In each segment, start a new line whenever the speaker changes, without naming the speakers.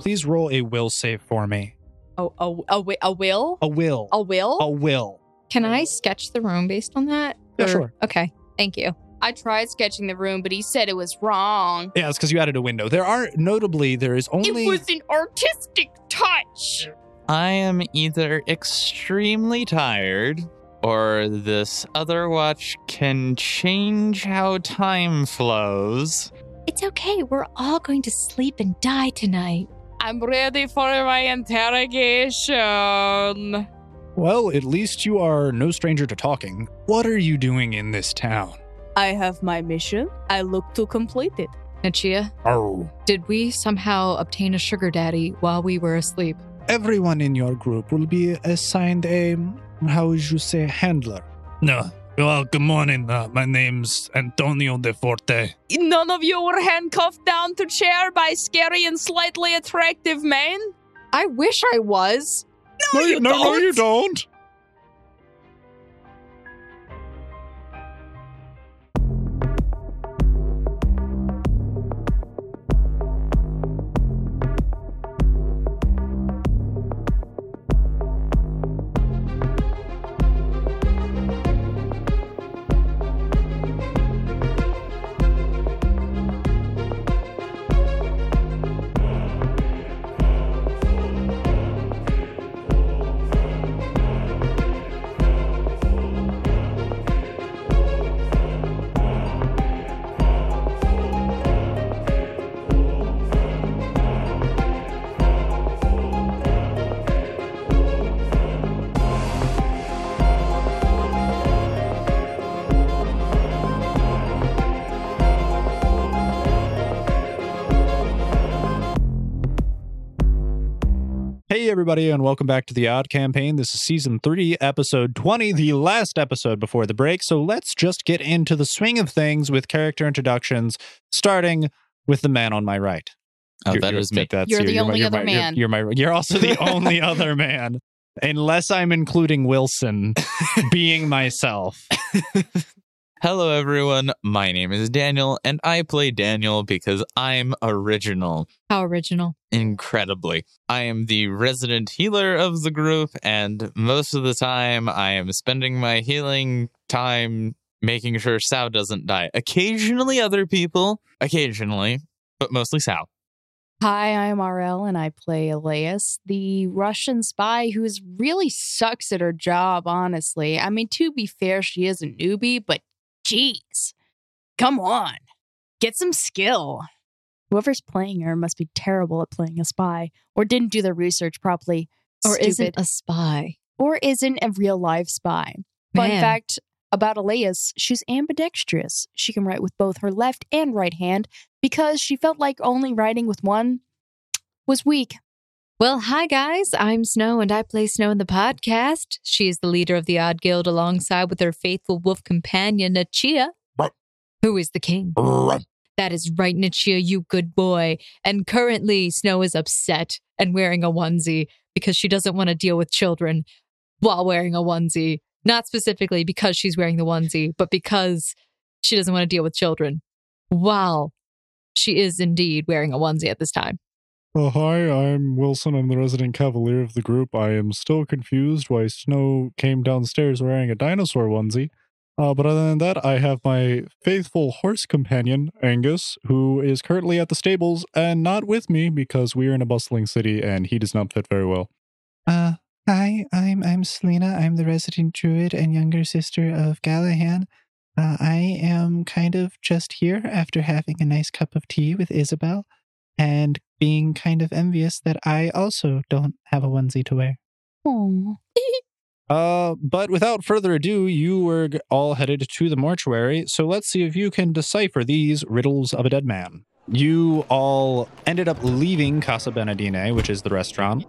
Please roll a will save for me.
Oh, a, a, wi- a will?
A will.
A will?
A will.
Can I sketch the room based on that?
Yeah,
Or-
sure.
Okay. Thank you.
I tried sketching the room, but he said it was wrong.
Yeah, it's because you added a window. There are notably there is only
It was an artistic touch.
I am either extremely tired or this other watch can change how time flows.
It's okay. We're all going to sleep and die tonight.
I'm ready for my interrogation.
well, at least you are no stranger to talking. What are you doing in this town?
I have my mission. I look to complete it.
Nachia,
Oh.
did we somehow obtain a sugar daddy while we were asleep?
Everyone in your group will be assigned a how would you say handler. No. Well, good morning. Uh, my name's Antonio De Forte.
None of you were handcuffed down to chair by scary and slightly attractive men.
I wish I was.
No, you, no, no, you don't. Hey, everybody, and welcome back to the Odd Campaign. This is season three, episode 20, the last episode before the break. So let's just get into the swing of things with character introductions, starting with the man on my right.
Oh,
You're-
that
you're-
is me.
take that,
You're
Sue.
the
my-
only
you're
other
my- you're-
man.
You're, my. You're also the only other man, unless I'm including Wilson being myself.
Hello, everyone. My name is Daniel, and I play Daniel because I'm original.
How original.
incredibly. I am the resident healer of the group, and most of the time I am spending my healing time making sure Sal doesn't die. Occasionally, other people, occasionally, but mostly Sal.
Hi, I'm RL and I play Elias, the Russian spy who is really sucks at her job, honestly. I mean, to be fair, she is a newbie, but geez. Come on. Get some skill. Whoever's playing her must be terrible at playing a spy or didn't do their research properly.
Or
Stupid.
isn't a spy.
or isn't a real life spy. Fun
Man.
fact about Elias, she's ambidextrous. She can write with both her left and right hand because she felt like only writing with one was weak.
Well, hi guys. I'm Snow and I play Snow in the podcast. She is the leader of the Odd Guild alongside with her faithful wolf companion, Nachia, who is the king. That is right, Nachia, you good boy. And currently, Snow is upset and wearing a onesie because she doesn't want to deal with children while wearing a onesie. Not specifically because she's wearing the onesie, but because she doesn't want to deal with children while she is indeed wearing a onesie at this time.
Well, Oh, hi, I'm Wilson. I'm the resident cavalier of the group. I am still confused why Snow came downstairs wearing a dinosaur onesie. Uh, but other than that, I have my faithful horse companion, Angus, who is currently at the stables and not with me because we are in a bustling city and he does not fit very well.
Uh, hi, I'm I'm Selena. I'm the resident druid and younger sister of Galahan. Uh, I am kind of just here after having a nice cup of tea with Isabel and being kind of envious that I also don't have a onesie to wear.
Aw.
Uh, but without further ado, you were g- all headed to the mortuary, so let's see if you can decipher these riddles of a dead man. You all ended up leaving Casa Benedine, which is the restaurant,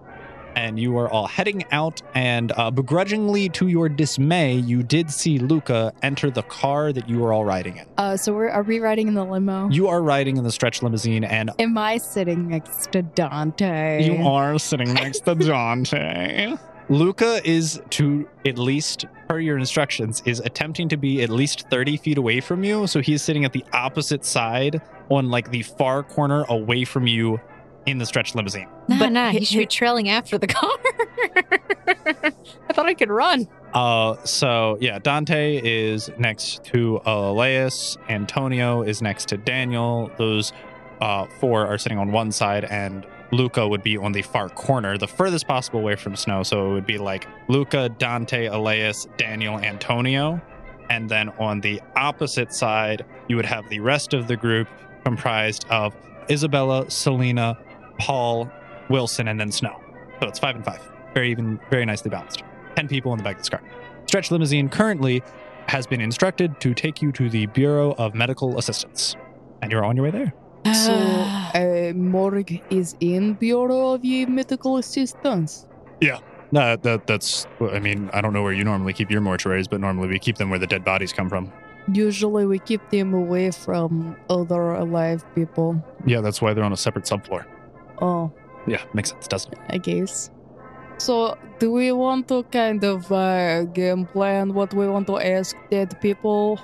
and you are all heading out. And uh, begrudgingly, to your dismay, you did see Luca enter the car that you were all riding in.
Uh, so we're are we riding in the limo?
You are riding in the stretch limousine, and
Am I sitting next to Dante?
you are sitting next to Dante. Luca is to at least per your instructions is attempting to be at least 30 feet away from you so he's sitting at the opposite side on like the far corner away from you in the stretched limousine.
Nah,
But
nah,
hi-
he should be
hi-
trailing after the car. I thought I could run.
Uh, so yeah, Dante is next to Elias. Antonio is next to Daniel. Those uh, four are sitting on one side, and Luca would be on the far corner, the furthest possible away from Snow. So it would be like Luca, Dante, Elias, Daniel, Antonio, and then on the opposite side, you would have the rest of the group comprised of Isabella, Selena, Paul, Wilson, and then Snow. So it's five and five, very even, very nicely balanced. 10 people in the back of this car. Stretch Limousine currently has been instructed to take you to the Bureau of Medical Assistance. And you're on your way there.
So, uh, Morg is in Bureau of the Medical Assistance.
No, that that's. well, I mean, I don't know where you normally keep your mortuaries, but normally we keep them where the dead bodies come from.
Usually we keep them away from other alive people.
Yeah, that's why they're on a separate subfloor.
Oh,
Yeah, makes sense, doesn't it?
I guess. So, do we want to kind of uh, game plan what we want to ask dead people?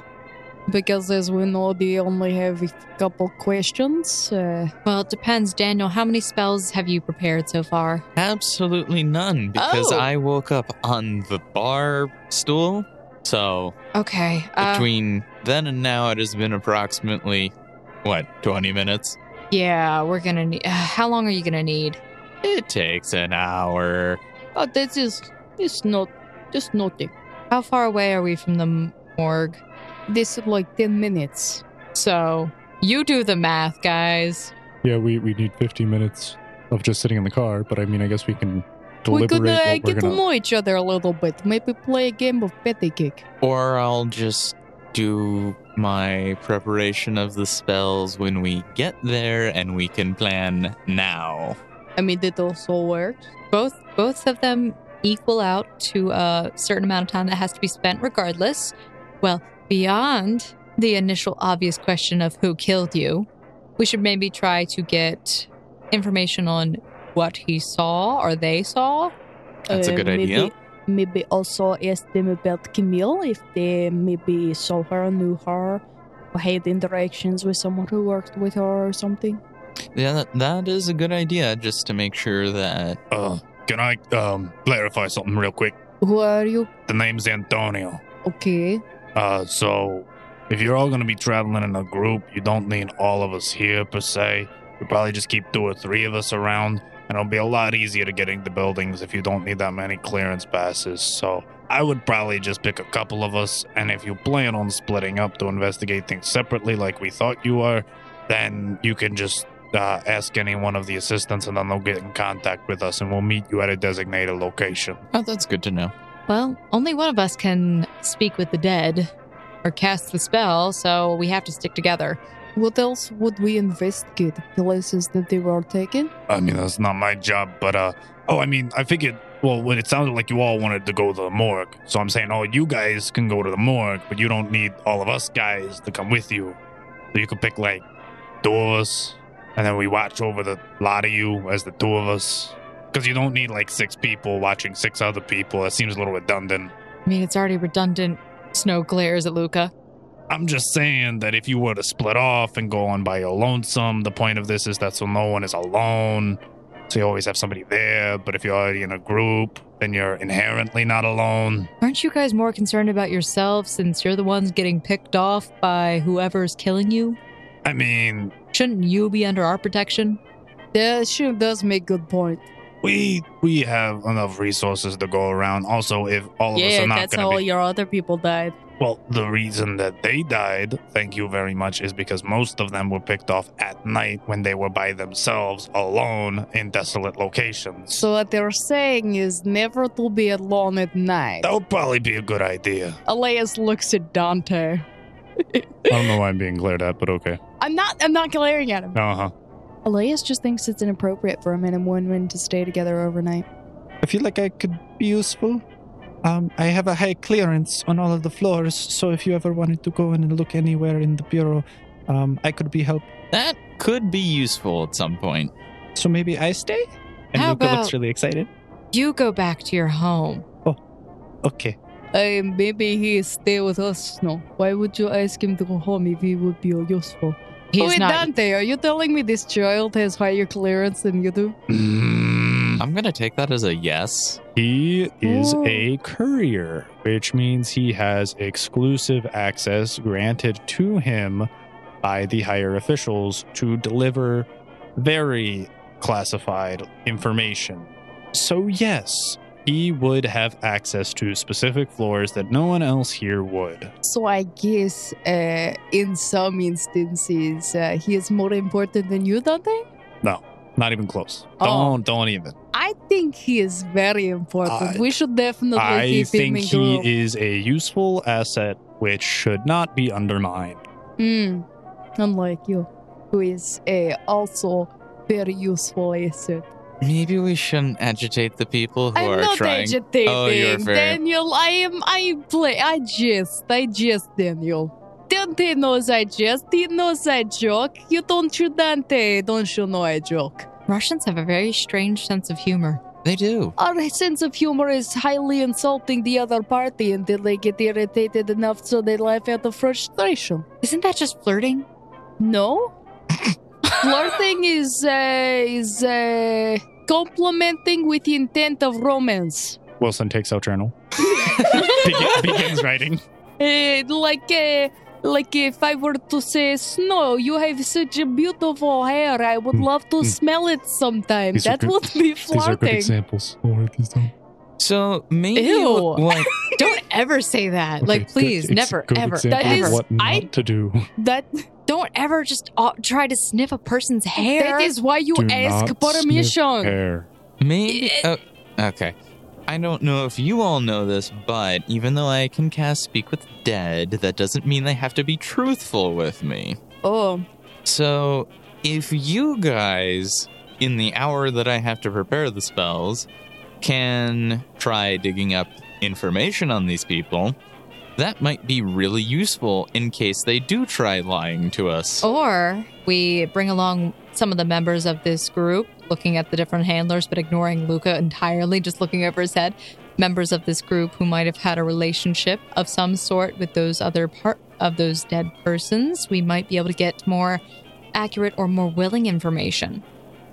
Because, as we know, they only have a couple questions. Uh,
Well, it depends, Daniel. How many spells have you prepared so far?
Absolutely none, Hmm, because
Oh.
I woke up on the bar stool. So
Okay. Uh,
between then and now, it has been approximately what twenty minutes.
yeah, we're gonna need. Uh, how long are you gonna need?
It takes an hour.
Oh, this is it's not just nothing.
How far away are we from the m- morgue?
this is like 10 minutes.
So you do the math, guys.
Yeah, we we need 50 minutes of just sitting in the car, but I mean, I guess we can
We
deliberate
could
what
uh,
we're
get to
gonna-
know each other a little bit. Maybe play a game of petty cake.
Or I'll just do my preparation of the spells when we get there and we can plan now.
I mean, that also works.
Both both of them equal out to a certain amount of time that has to be spent, regardless. Well, beyond the initial obvious question of who killed you, we should maybe try to get information on what he saw or they saw.
That's a
Uh,
good
maybe,
idea.
Maybe also ask them about Camille if they maybe saw her, knew her, or had interactions with someone who worked with her or something.
Yeah, that, that is a good idea, just to make sure that.
Uh, can I um clarify something real quick?
Who are you?
The name's Antonio.
Okay.
Uh, so if you're all gonna be traveling in a group, you don't need all of us here per se. We probably just keep two or three of us around, and it'll be a lot easier to get into buildings if you don't need that many clearance passes. So I would probably just pick a couple of us, and if you plan on splitting up to investigate things separately, like we thought you were, then you can just. Uh, ask any one of the assistants, and then they'll get in contact with us, and we'll meet you at a designated location.
Oh, that's good to know.
Well, only one of us can speak with the dead or cast the spell, so we have to stick together.
What else would we investigate? Places that they were taken?
I mean, that's not my job, but uh, oh, I mean, I figured. Well, when it sounded like you all wanted to go to the morgue, so I'm saying, oh, you guys can go to the morgue, but you don't need all of us guys to come with you. So you could pick like two of us, and then we watch over the lot of you as the two of us, because you don't need like six people watching six other people. That seems a little redundant.
I mean, it's already redundant. Snow glares at Luca.
I'm just saying that if you were to split off and go on by your lonesome, the point of this is that so no one is alone. So you always have somebody there. But if you're already in a group, then you're inherently not alone.
Aren't you guys more concerned about yourselves since you're the ones getting picked off by whoever's killing you?
I mean,
Shouldn't you be under our protection?
That sure does make good point.
we we have enough resources to go around. Also, if all of us
yeah,
are not
that's
going
how
to be
your other people died.
Well, the reason that they died, thank you very much, is because most of them were picked off at night when they were by themselves alone in desolate locations.
So what they're saying is never to be alone at night.
that would probably be a good idea.
Elias looks at Dante.
I don't know why I'm being glared at, but okay.
I'm not. I'm not glaring at him.
Uh huh.
Elias just thinks it's inappropriate for a man and woman to stay together overnight.
I feel like I could be useful. Um, I have a high clearance on all of the floors, so if you ever wanted to go in and look anywhere in the bureau, um, I could be helped.
That could be useful at some point.
So maybe I stay? And
How
Luca
about-
looks really excited.
You go back to your home.
Okay.
Uh, maybe he stay with us. No. Why would you ask him to go home if he would be useful?
He's
Wait,
not.
Dante, are you telling me this child has higher clearance than you do?
I'm going to take that as a yes.
He is
Oh.
a courier, which means he has exclusive access granted to him by the higher officials to deliver very classified information. So, yes, he would have access to specific floors that no one else here would.
So I guess uh, in some instances uh, he is more important than you, Dante.
Not even close.
Oh.
Don't, don't even.
I think he is very important.
I-
we should definitely
I
keep him
think
in
he
group.
is a useful asset which should not be undermined.
Hmm. unlike you, who is uh, also very useful asset.
Maybe we shouldn't agitate the people who
I'm
are
not
trying.
agitating,
Oh, you're very-
Daniel. I am. I play. I jest. I jest, Daniel. Dante knows I jest. He knows I joke. You don't you, Dante? Don't you know I joke?
Russians have a very strange sense of humor.
They do.
Our sense of humor is highly insulting the other party until they get irritated enough so they laugh out of frustration.
Isn't that just flirting?
No, flirting is uh, is uh, complimenting with intent of romance.
Wilson takes out journal, Begin- begins writing.
Eh, like uh, like if I were to say, Snow, you have such a beautiful hair. I would
Mm,
love to
mm.
smell it sometime.
These are
that
good-
would be
These are good
flirting.
examples. I'll write these down.
So maybe
Ew.
what
Don't ever say that. like,
Okay, good
please,
ex-
never,
good
ever,
example
That
of
is-
ever.
what not
I-
to do.
That
Don't ever just uh, try to sniff a person's hair.
that is why you
Do
ask
not
permission. Eh.
Hair.
Maybe. Oh, okay. I don't know if you all know this, but even though I can cast Speak with Dead, that doesn't mean they have to be truthful with me.
Oh,
So, if you guys, in the hour that I have to prepare the spells, can try digging up information on these people, that might be really useful in case they do try lying to us.
Oh.
Or we bring along some of the members of this group, looking at the different handlers, but ignoring Luca entirely, just looking over his head. Members of this group who might have had a relationship of some sort with those other part of those dead persons, we might be able to get more accurate or more willing information.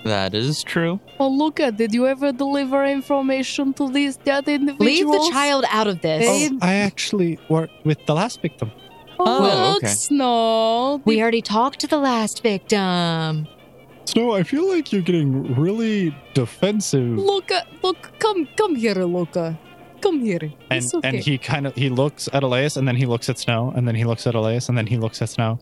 That is true.
well, Luca, did you ever deliver information to these dead
Leave
individuals?
the child out of this.
They-
Oh, I actually worked with the last victim.
Oh,
Oh,
okay.
Snow.
we already talked to the last victim.
Snow, I feel like you're getting really defensive.
Luca, look, come, come here, Luca. Come here.
And
it's okay.
and he kind of he looks at Elias and then he looks at Snow and then he looks at Elias and then he looks at Snow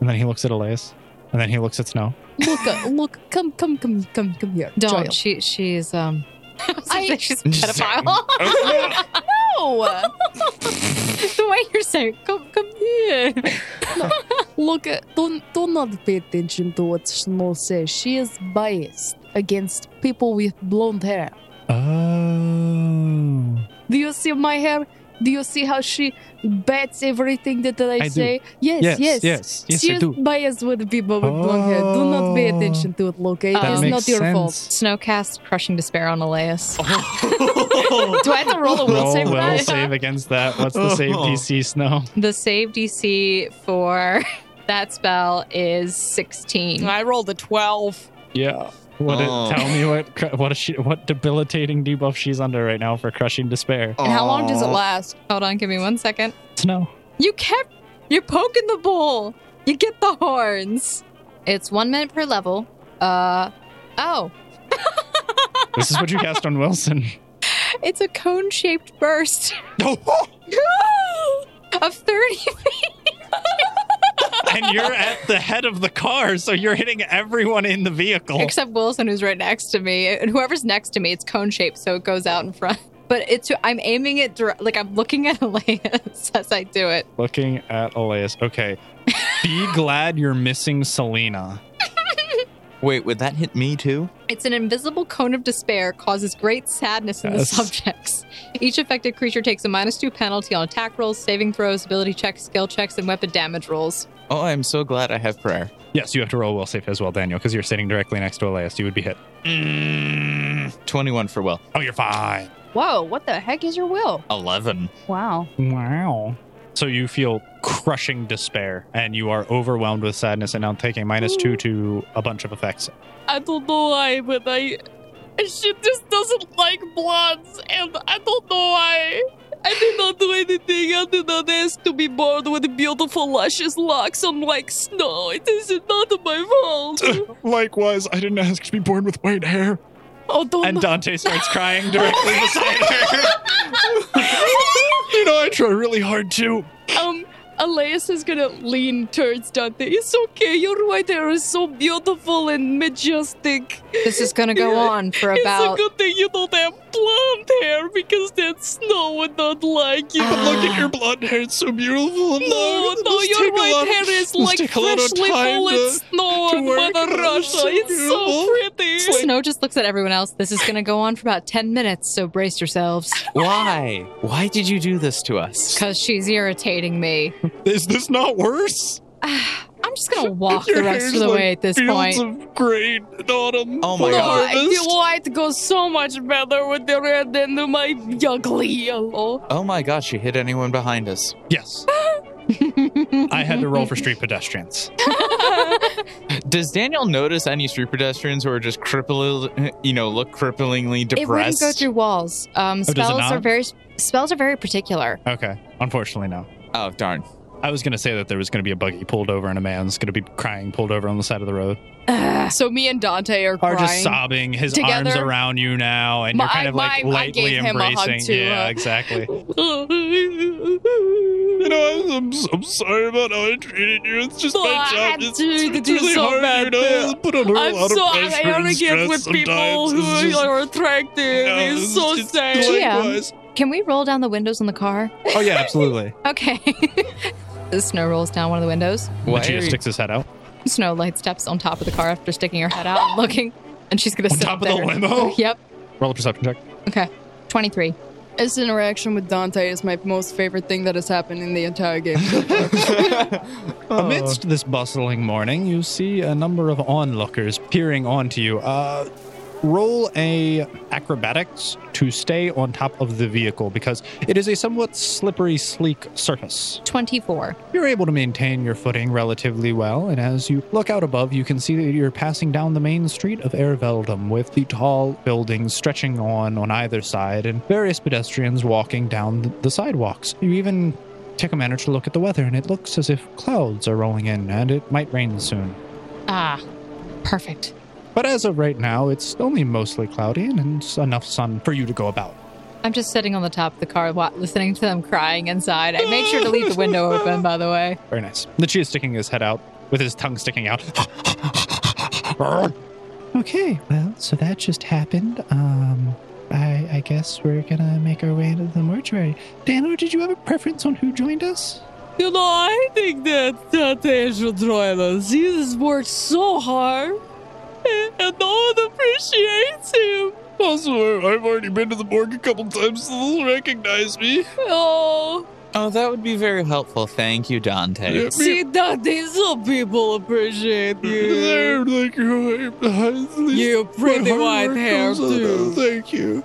and then he looks at Elias and then he looks at Snow.
Luca, look, come, come, come, come, come here.
Don't
child.
she? She is um.
I-
she's a pedophile.
Oh.
No.
the way you're saying, come, come here.
Luca, uh, don't, do not pay attention to what Snow says. She is biased against people with blonde hair.
Oh.
Do you see my hair? Do you see how she bets everything that I,
I do.
say? Yes,
Yes,
yes,
yes. Yes,
she
I
is
do.
biased with people with blonde hair. Do not pay
Oh.
attention to it, Luca. It is
That makes
not your
sense.
fault.
Snowcast crushing despair on Elias.
Do
Do I have to roll a
Oh,
will
Roll
save? for
will
that?
save against that. What's the save
Oh.
DC, Snow?
The save DC for that spell is 16.
I rolled a 12.
Yeah. What it-
Oh.
tell me what cr- what is she what debilitating debuff she's under right now for crushing despair.
And how long does it
Aw.
last?
Hold on, give me one second.
Snow.
You kept, you're poking the bull. You get the horns. It's one minute per level. Uh, oh,
This is what you cast on Wilson.
it's a cone shaped burst of 30
and you're at the head of the car, so you're hitting everyone in the vehicle.
except Wilson, who's right next to me. And whoever's next to me, it's cone shaped, so it goes out in front. But it's I'm aiming it direct, like I'm looking at Elias as I do it.
Looking at Elias. Okay. Be glad you're missing Selena.
Wait, would that hit me too?
It's an invisible cone of despair, causes great sadness in the
Yes.
subjects. Each affected creature takes a minus two penalty on attack rolls, saving throws, ability checks, skill checks, and weapon damage rolls.
Oh, I'm so glad I have prayer.
Yes, you have to roll will safe as well, Daniel, because you're sitting directly next to Elias. You would be hit.
21 Mm, for Will.
Oh, you're fine.
Whoa, what the heck is your will?
11.
Wow.
Wow. So you feel crushing despair, and you are overwhelmed with sadness and now taking minus two to a bunch of effects.
I don't know why, but I. She just doesn't like blondes, and I don't know why. I did not do anything other than ask to be born with beautiful, luscious locks on like snow. It is not my fault.
Likewise, I didn't ask to be born with white hair.
Oh, don't.
And Dante starts crying directly beside her.
You know, I try really hard too.
Um, Elias is gonna lean towards Dante. It's okay. Your white hair is so beautiful and majestic.
This is going to go on for about.
It's a good thing you don't have blonde hair because that snow would not like you.
But look at your blonde hair; it's so beautiful and
No,
long. It
Oh, no,
must take
your
a lot
white
of-
hair is
it must
like
take a lot of
freshly
time
fallen
to-
snow
to
in
work
Mother
on. It's
Russia.
so
It's so
beautiful.
pretty.
Snow just looks at everyone else. This is going to go on for about 10 minutes, so brace yourselves
Why? Why did you do this to us?
because she's irritating me.
Is this not worse?
I'm just going to walk
Your
the rest
hair's
of the
like
way at this
Fields
point.
of grain in autumn.
Oh my
full
God.
of
No,
harvest.
the white goes so much better with the red than the- my ugly yellow.
Oh my god, she hit anyone behind us.
Yes. I had to roll for street pedestrians.
Does Daniel notice any street pedestrians who are just crippled, you know, look cripplingly
it wouldn't
depressed?
go through walls.
Oh,
Um,
does it
spells
not?
are very spells are very particular.
Okay. Unfortunately, no.
oh, darn.
I was going to say that there was going to be a buggy pulled over and a man's going to be crying pulled over on the side of the road.
So me and Dante are
Are
Uh, crying.
just sobbing, his arms
Together.
around you now, and you're
My-
kind of like
my- I
lightly
gave him a hug,
embracing.
too,
yeah,
uh,
exactly.
You know, I'm, I'm sorry about how I treated you. It's just
Oh,
my
I
job.
had
It's,
to
it's
do
really
so
hard, you
bad
know.
there.
I put on a
I'm
lot
so
of pressure and
arrogant
stress
with people
sometimes.
who
It's just-
are attractive.
yeah,
it's so
just
sad.
Yeah.
likewise.
Can we roll down the windows on the car?
Oh, yeah, absolutely.
Okay. the snow rolls down one of the windows.
Why
Lucia
are you-
sticks his head out.
Snow light steps on top of the car after sticking her head out and looking, and she's gonna
On
sit
top
up
of the
there.
limo?
Yep,
Roll a perception check.
twenty-three.
This interaction with Dante is my most favorite thing that has happened in the entire game.
Amidst this bustling morning, you see a number of onlookers peering onto you. Uh, roll a acrobatics to stay on top of the vehicle because it is a somewhat slippery, sleek surface.
Twenty-four.
You're able to maintain your footing relatively well, and as you look out above, you can see that you're passing down the main street of Erveldum with the tall buildings stretching on on either side and various pedestrians walking down th- the sidewalks. You even take a minute to look at the weather, and it looks as if clouds are rolling in and it might rain soon.
Ah, perfect.
But as of right now, it's only mostly cloudy and it's enough sun for you to go about.
I'm just sitting on the top of the car, wa- listening to them crying inside. I made sure to leave the window open, by the way.
Very nice. Nichi is sticking his head out with his tongue sticking out.
Okay, well, so that just happened. Um, I, I guess we're gonna make our way into the mortuary. Dano, did you have a preference on who joined us?
You know, I think that Dante should join us. He has worked so hard, and and no one appreciates him.
Also, I've already been to the morgue a couple times, so they'll recognize me.
Oh,
Oh, that would be very helpful. Thank you, Dante.
Yeah, me-
see, Dante, some people appreciate you.
They're like, oh, I'm- at least
You have pretty
my hard
white
work
hair,
goes on.
too.
Thank you.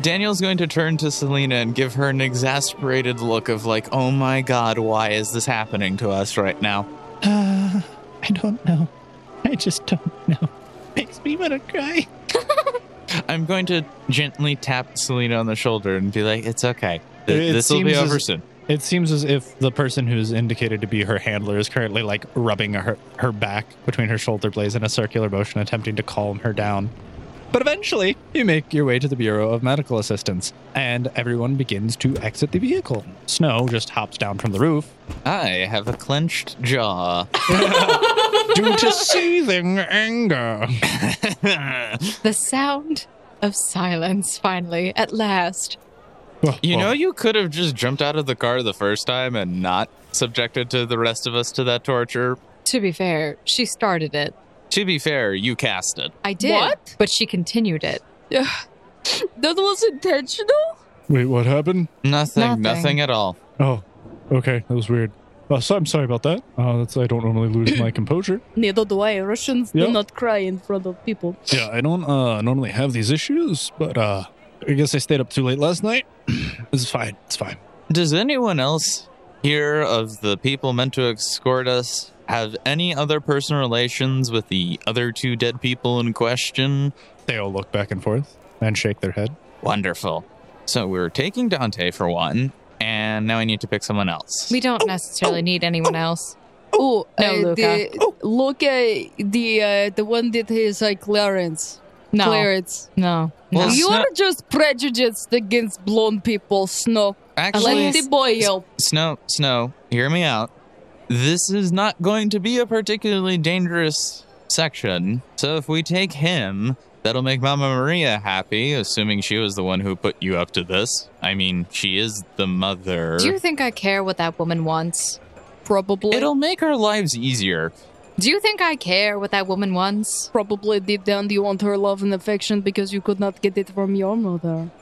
Daniel's going to turn to Selena and give her an exasperated look of like, "Oh my god, why is this happening to us right now?"
Uh, I don't know. I just don't know. Makes me wanna cry.
I'm going to gently tap Selena on the shoulder and be like, "It's okay. Th-
It
this will be
seems as-
over soon."
It seems as if the person who's indicated to be her handler is currently like rubbing her, her back between her shoulder blades in a circular motion, attempting to calm her down. But eventually, you make your way to the Bureau of Medical Assistance, and everyone begins to exit the vehicle. Snow just hops down from the roof
I have a clenched jaw.
due to seething anger.
The sound of silence, finally, at last.
You know, you could have just jumped out of the car the first time and not subjected to the rest of us to that torture.
To be fair, she started it.
To be fair, you cast it.
I did,
What?
but she continued it.
That was intentional?
Wait, what happened?
Nothing, nothing,
Nothing.
at all.
Oh, okay. That was weird. Uh, so I'm sorry about that. Uh, that's I don't normally lose my composure.
Neither do I. Russians
Yeah.
do not cry in front of people.
Yeah, I don't uh, normally have these issues, but uh, I guess I stayed up too late last night. it's fine. It's fine.
Does anyone else here of the people meant to escort us have any other personal relations with the other two dead people in question?
They all look back and forth and shake their head.
Wonderful. So we're taking Dante for one, and now I need to pick someone else.
We don't necessarily need anyone else.
Oh,
Uh,
No, Luca.
The, Look at the uh, the one that is like Clarence.
No,
Clarence.
no, no.
Well,
you
Snow-
are just prejudiced against blonde people, Snow.
Actually,
Let the boy help.
Snow, Snow, hear me out. This is not going to be a particularly dangerous section. So if we take him, that'll make Mama Maria happy, assuming she was the one who put you up to this. I mean, she is the mother.
Do you think I care what that woman wants?
Probably,
It'll make our lives easier.
Do you think I care what that woman wants?
probably deep down, you want her love and affection because you could not get it from your mother.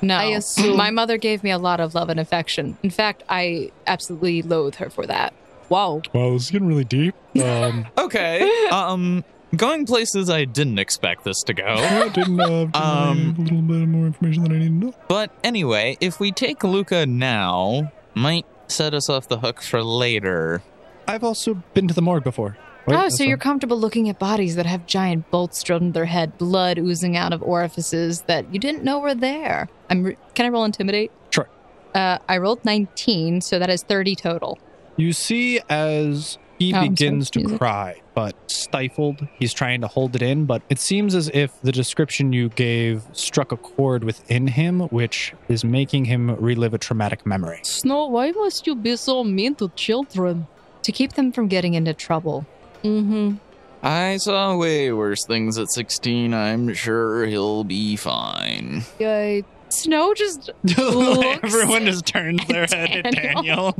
No.
I assume-
My mother gave me a lot of love and affection. In fact, I absolutely loathe her for that.
Wow.
Wow, this is getting really deep. Um,
Okay. um, going places I didn't expect this to go.
I didn't uh, didn't
Um,
learn a little bit more information than I need to know.
But anyway, if we take Luca now, might set us off the hook for later.
I've also been to the morgue before.
oh, so you're comfortable looking at bodies that have giant bolts drilled into their head, blood oozing out of orifices that you didn't know were there. I'm. Re- Can I roll intimidate?
Sure.
Uh, I rolled 19, so that is 30 total.
You see as he
Oh, I'm sorry,
begins to
music.
cry, but stifled. He's trying to hold it in, but it seems as if the description you gave struck a chord within him, which is making him relive a traumatic memory.
Snow, why must you be so mean to children?
To keep them from getting into trouble.
Mm-hmm.
I saw way worse things at 16. I'm sure he'll be fine.
Yeah,
Snow just. Looks
Everyone just turns their head at Daniel.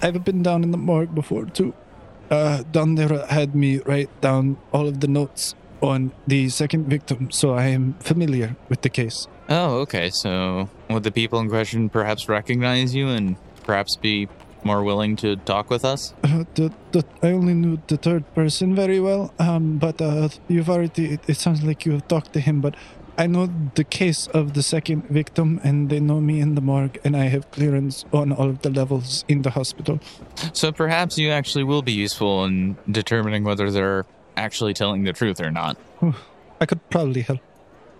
I've been down in the morgue before too. Uh, down there had me write down all of the notes on the second victim, so I am familiar with the case.
Oh, okay. So, would the people in question perhaps recognize you and perhaps be more willing to talk with us?
Uh, the, the, I only knew the third person very well, um, but uh, you've already. It, it sounds like you have talked to him, but I know the case of the second victim, and they know me in the morgue, and I have clearance on all of the levels in the hospital.
So, perhaps you actually will be useful in determining whether they're actually telling the truth or not.
I could probably help.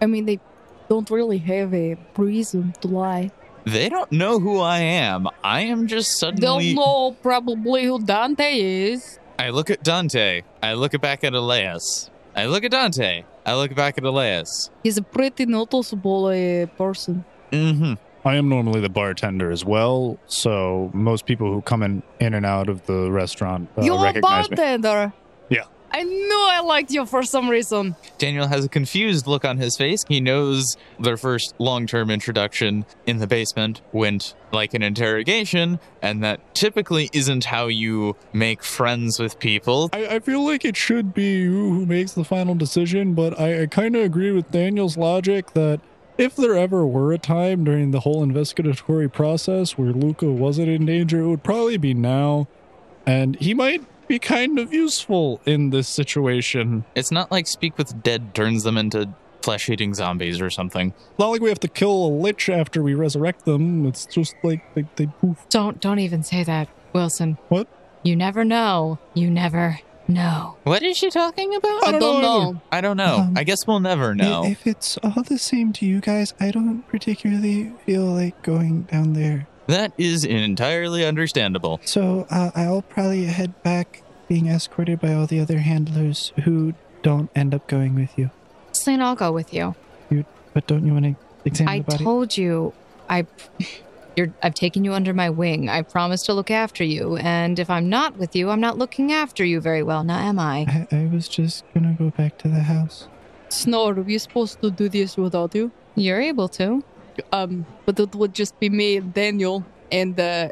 I mean, they don't really have a reason to lie.
They don't know who I am. I am just suddenly.
They'll know probably who Dante is.
I look at Dante. I look back at Elias. I look at Dante. I look back at Elias.
He's a pretty noticeable uh, person.
Mm hmm.
I am normally the bartender as well, so most people who come in, in and out of the restaurant uh,
You're a
recognize me.
bartender.
Yeah.
I knew I liked you for some reason.
Daniel has a confused look on his face. He knows their first long term introduction in the basement went like an interrogation, and that typically isn't how you make friends with people.
I, I feel like it should be you who makes the final decision, but I, I kind of agree with Daniel's logic that if there ever were a time during the whole investigatory process where Luca wasn't in danger, it would probably be now. And he might be kind of useful in this situation.
It's not like Speak with Dead turns them into flesh eating zombies or something.
Not like we have to kill a lich after we resurrect them. It's just like they, they poof.
Don't don't even say that, Wilson.
What?
You never know. You never know.
What is she talking about?
I don't, know.
I don't know.
Um,
I guess we'll never know.
If it's all the same to you guys, I don't particularly feel like going down there.
that is entirely understandable.
So uh, I'll probably head back, being escorted by all the other handlers who don't end up going with you.
Slane, I'll go with you.
But don't you want to examine
I
the body?
told you, I, you're, I've taken you under my wing. I promise to look after you, and if I'm not with you, I'm not looking after you very well. Now, am I?
I, I was just gonna go back to the house.
Snow, are we supposed to do this without you?
You're able to.
Um, but it would just be me and Daniel and uh,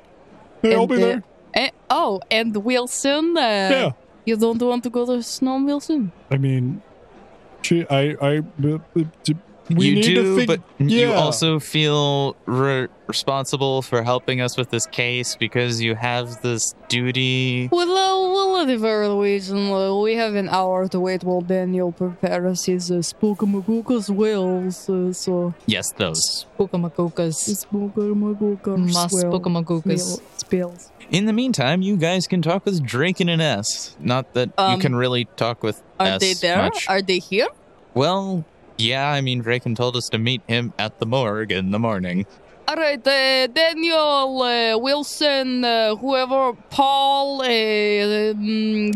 Hey, I'll
And,
be
uh,
there.
eh, oh, and Wilson. Uh,
Yeah.
You don't want to go to Snow Wilson?
I mean, she, I, I, We
you
need to
do,
fig-
but you
yeah.
also feel re- responsible for helping us with this case because you have this duty.
Well, uh, well, at the very least, uh, we have an hour to wait while Daniel prepares his uh, spookamagookas whales. Uh, so,
Yes, those.
Spookamagookas.
spookamagookas
Must spookamagookas.
Spills.
In the meantime, you guys can talk with Drake and an S. Not that
Um,
you can really talk with
Are
S
they there?
much.
Are they here?
well, yeah, I mean, Draken told us to meet him at the morgue in the morning.
All right, uh, Daniel, uh, Wilson, uh, whoever, Paul, uh, um,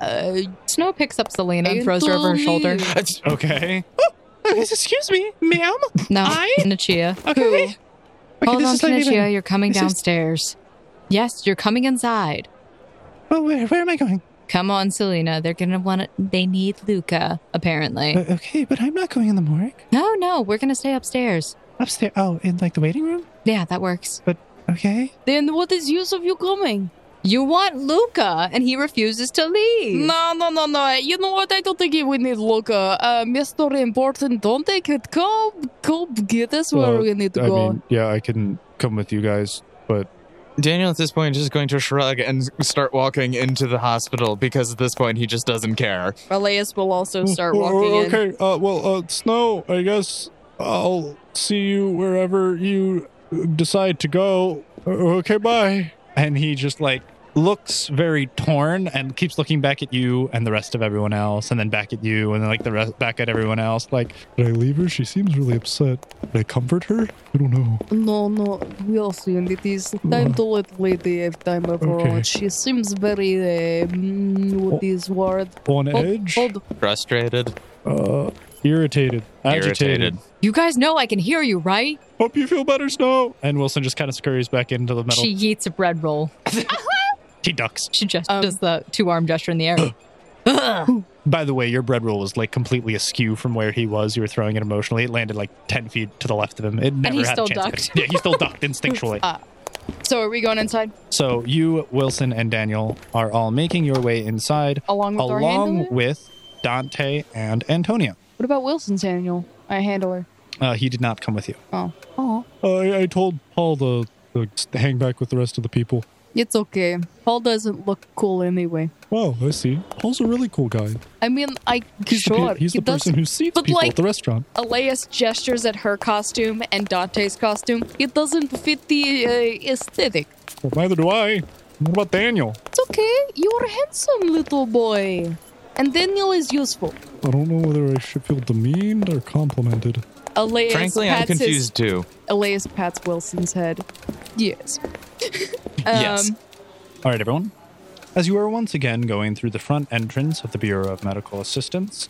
uh, uh,
Snow picks up Selena and
Into
throws her over her
me.
shoulder.
Okay.
Oh, Excuse me, ma'am.
No,
I-
Nichia.
Okay. Okay,
Hold on,
this is not
Nichia.
even.
You're coming
this is-
downstairs. Yes, you're coming inside.
Well, where, where am I going?
Come on, Selena. They're gonna want. to They need Luca. Apparently.
Uh, okay, but I'm not going in the morgue.
no, no. We're gonna stay upstairs.
Upstairs. Oh, in like the waiting room.
Yeah, that works.
Okay.
then what is use of you coming?
You want Luca, and he refuses to leave.
No, no, no, no. You know what? I don't think we need Luca. Uh, Mr. Important, don't take it. Come, come get us where
Well,
we need to
I
go.
mean, yeah, I can come with you guys.
Daniel at this point is just going to shrug and start walking into the hospital because at this point he just doesn't care.
Elias will also start
Oh,
walking in.
okay. Uh, well, uh, Snow, I guess I'll see you wherever you decide to go. Uh, Okay, bye.
And he just like looks very torn and keeps looking back at you and the rest of everyone else, and then back at you and then like the rest back at everyone else. Like,
Did I leave her? She seems really upset. Did I comfort her? I don't know.
No, no, Wilson, it is time to let lady have time of her
Hmm. Okay.
own. She seems very, uh, mm, what is word?
On
Hold-
edge?
Hold,
Frustrated,
Uh, irritated.
irritated.
Agitated.
You guys know I can hear you, right?
Hope you feel better, Snow.
and Wilson just kind of scurries back into the metal.
She yeets a bread roll.
he ducks.
She just
Um,
does the two arm gesture in the air.
By the way, your bread roll was like completely askew from where he was. You were throwing it emotionally. It landed like ten feet to the left of him. It never
he
had
still
a chance. of
ducked.
hitting- Yeah, he still ducked instinctually.
Uh. Ah.
So are we going inside
So you, Wilson, and Daniel are all making your way inside,
along with our handler?
along with Dante and Antonia.
What about Wilson's handle? I handler.
Uh, he did not come with you.
Oh,
I, I told Paul to, to hang back with the rest of the people.
it's okay. Paul doesn't look cool anyway.
Wow, I see. Paul's a really cool guy.
I mean, I
He's the, pe-
sure
he's
he
the
does.
person who seats
but,
people
like-
at the restaurant.
Elias gestures at her costume and Dante's costume.
it doesn't fit the uh, aesthetic.
Well, neither do I. What about Daniel?
It's okay, you're handsome, little boy. And Daniel is useful.
I don't know whether I should feel demeaned or complimented.
Elias
Frankly,
pats
I'm confused too.
His, Elias pats Wilson's head. Um,
Yes.
yes.
All right, everyone. As you are once again going through the front entrance of the Bureau of Medical Assistance,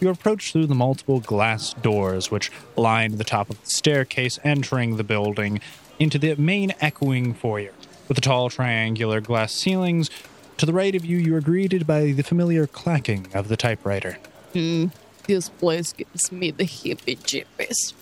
you approach through the multiple glass doors which lined the top of the staircase entering the building into the main echoing foyer. With the tall triangular glass ceilings, to the right of you, you are greeted by the familiar clacking of the typewriter.
hmm.
This place gives me the hippie jippies.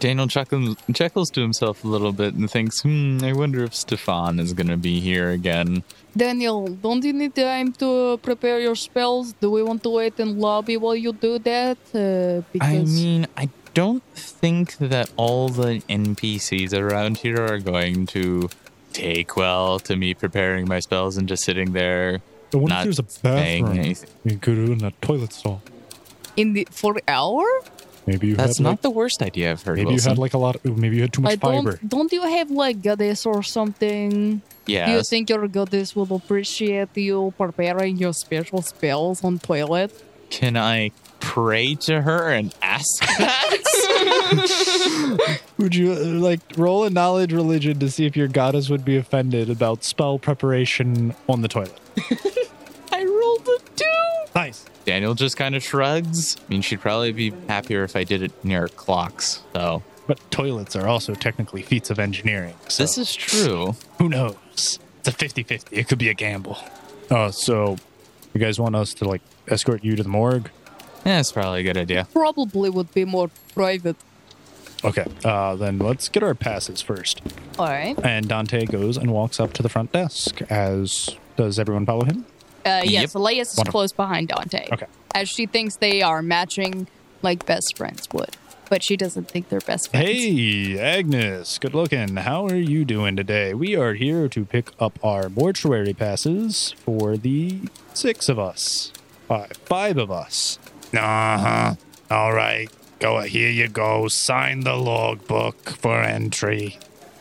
Daniel chuckles, chuckles to himself a little bit and thinks, hmm, I wonder if Stefan is going to be here again.
Daniel, don't you need time to prepare your spells? Do we want to wait in lobby while you do that? Uh,
I
because
mean, I don't think that all the NPCs around here are going to take well to me preparing my spells and just sitting there
I wonder
not
if there's a
saying
bathroom.
anything.
You could do it in a toilet stall.
in the for hour?
Maybe you
That's
had
not
like,
the worst idea I've heard.
maybe you
Wilson.
had like a lot. Maybe you had too much
I
fiber.
don't. Don't you have like goddess or something? Do you
yes.
think your goddess will appreciate you preparing your special spells on toilet?
Can I pray to her and ask?
Would you uh, like roll a knowledge religion to see if your goddess would be offended about spell preparation on the toilet?
I rolled a two.
Nice.
Daniel just kind of shrugs. I mean, she'd probably be happier if I did it near clocks, though.
But toilets are also technically feats of engineering. So.
This is true.
Who knows? It's a 50 50. It could be a gamble.
Uh, so
You guys want us to like escort you to the morgue?
Yeah, it's probably a good idea.
Probably would be more private.
Okay. Uh, then let's get our passes first.
All right.
And Dante goes and walks up to the front desk, as does everyone follow him?
Uh, yes,
Yep.
Elias is close behind Dante.
Okay.
As she thinks they are matching
like best friends would. But she doesn't think they're best friends.
Hey, Agnes, good looking. How are you doing today? We are here to pick up our mortuary passes for the six of us. Five, five of us. Uh
Uh-huh.
huh. All right. Go here. You go. Sign the logbook for entry.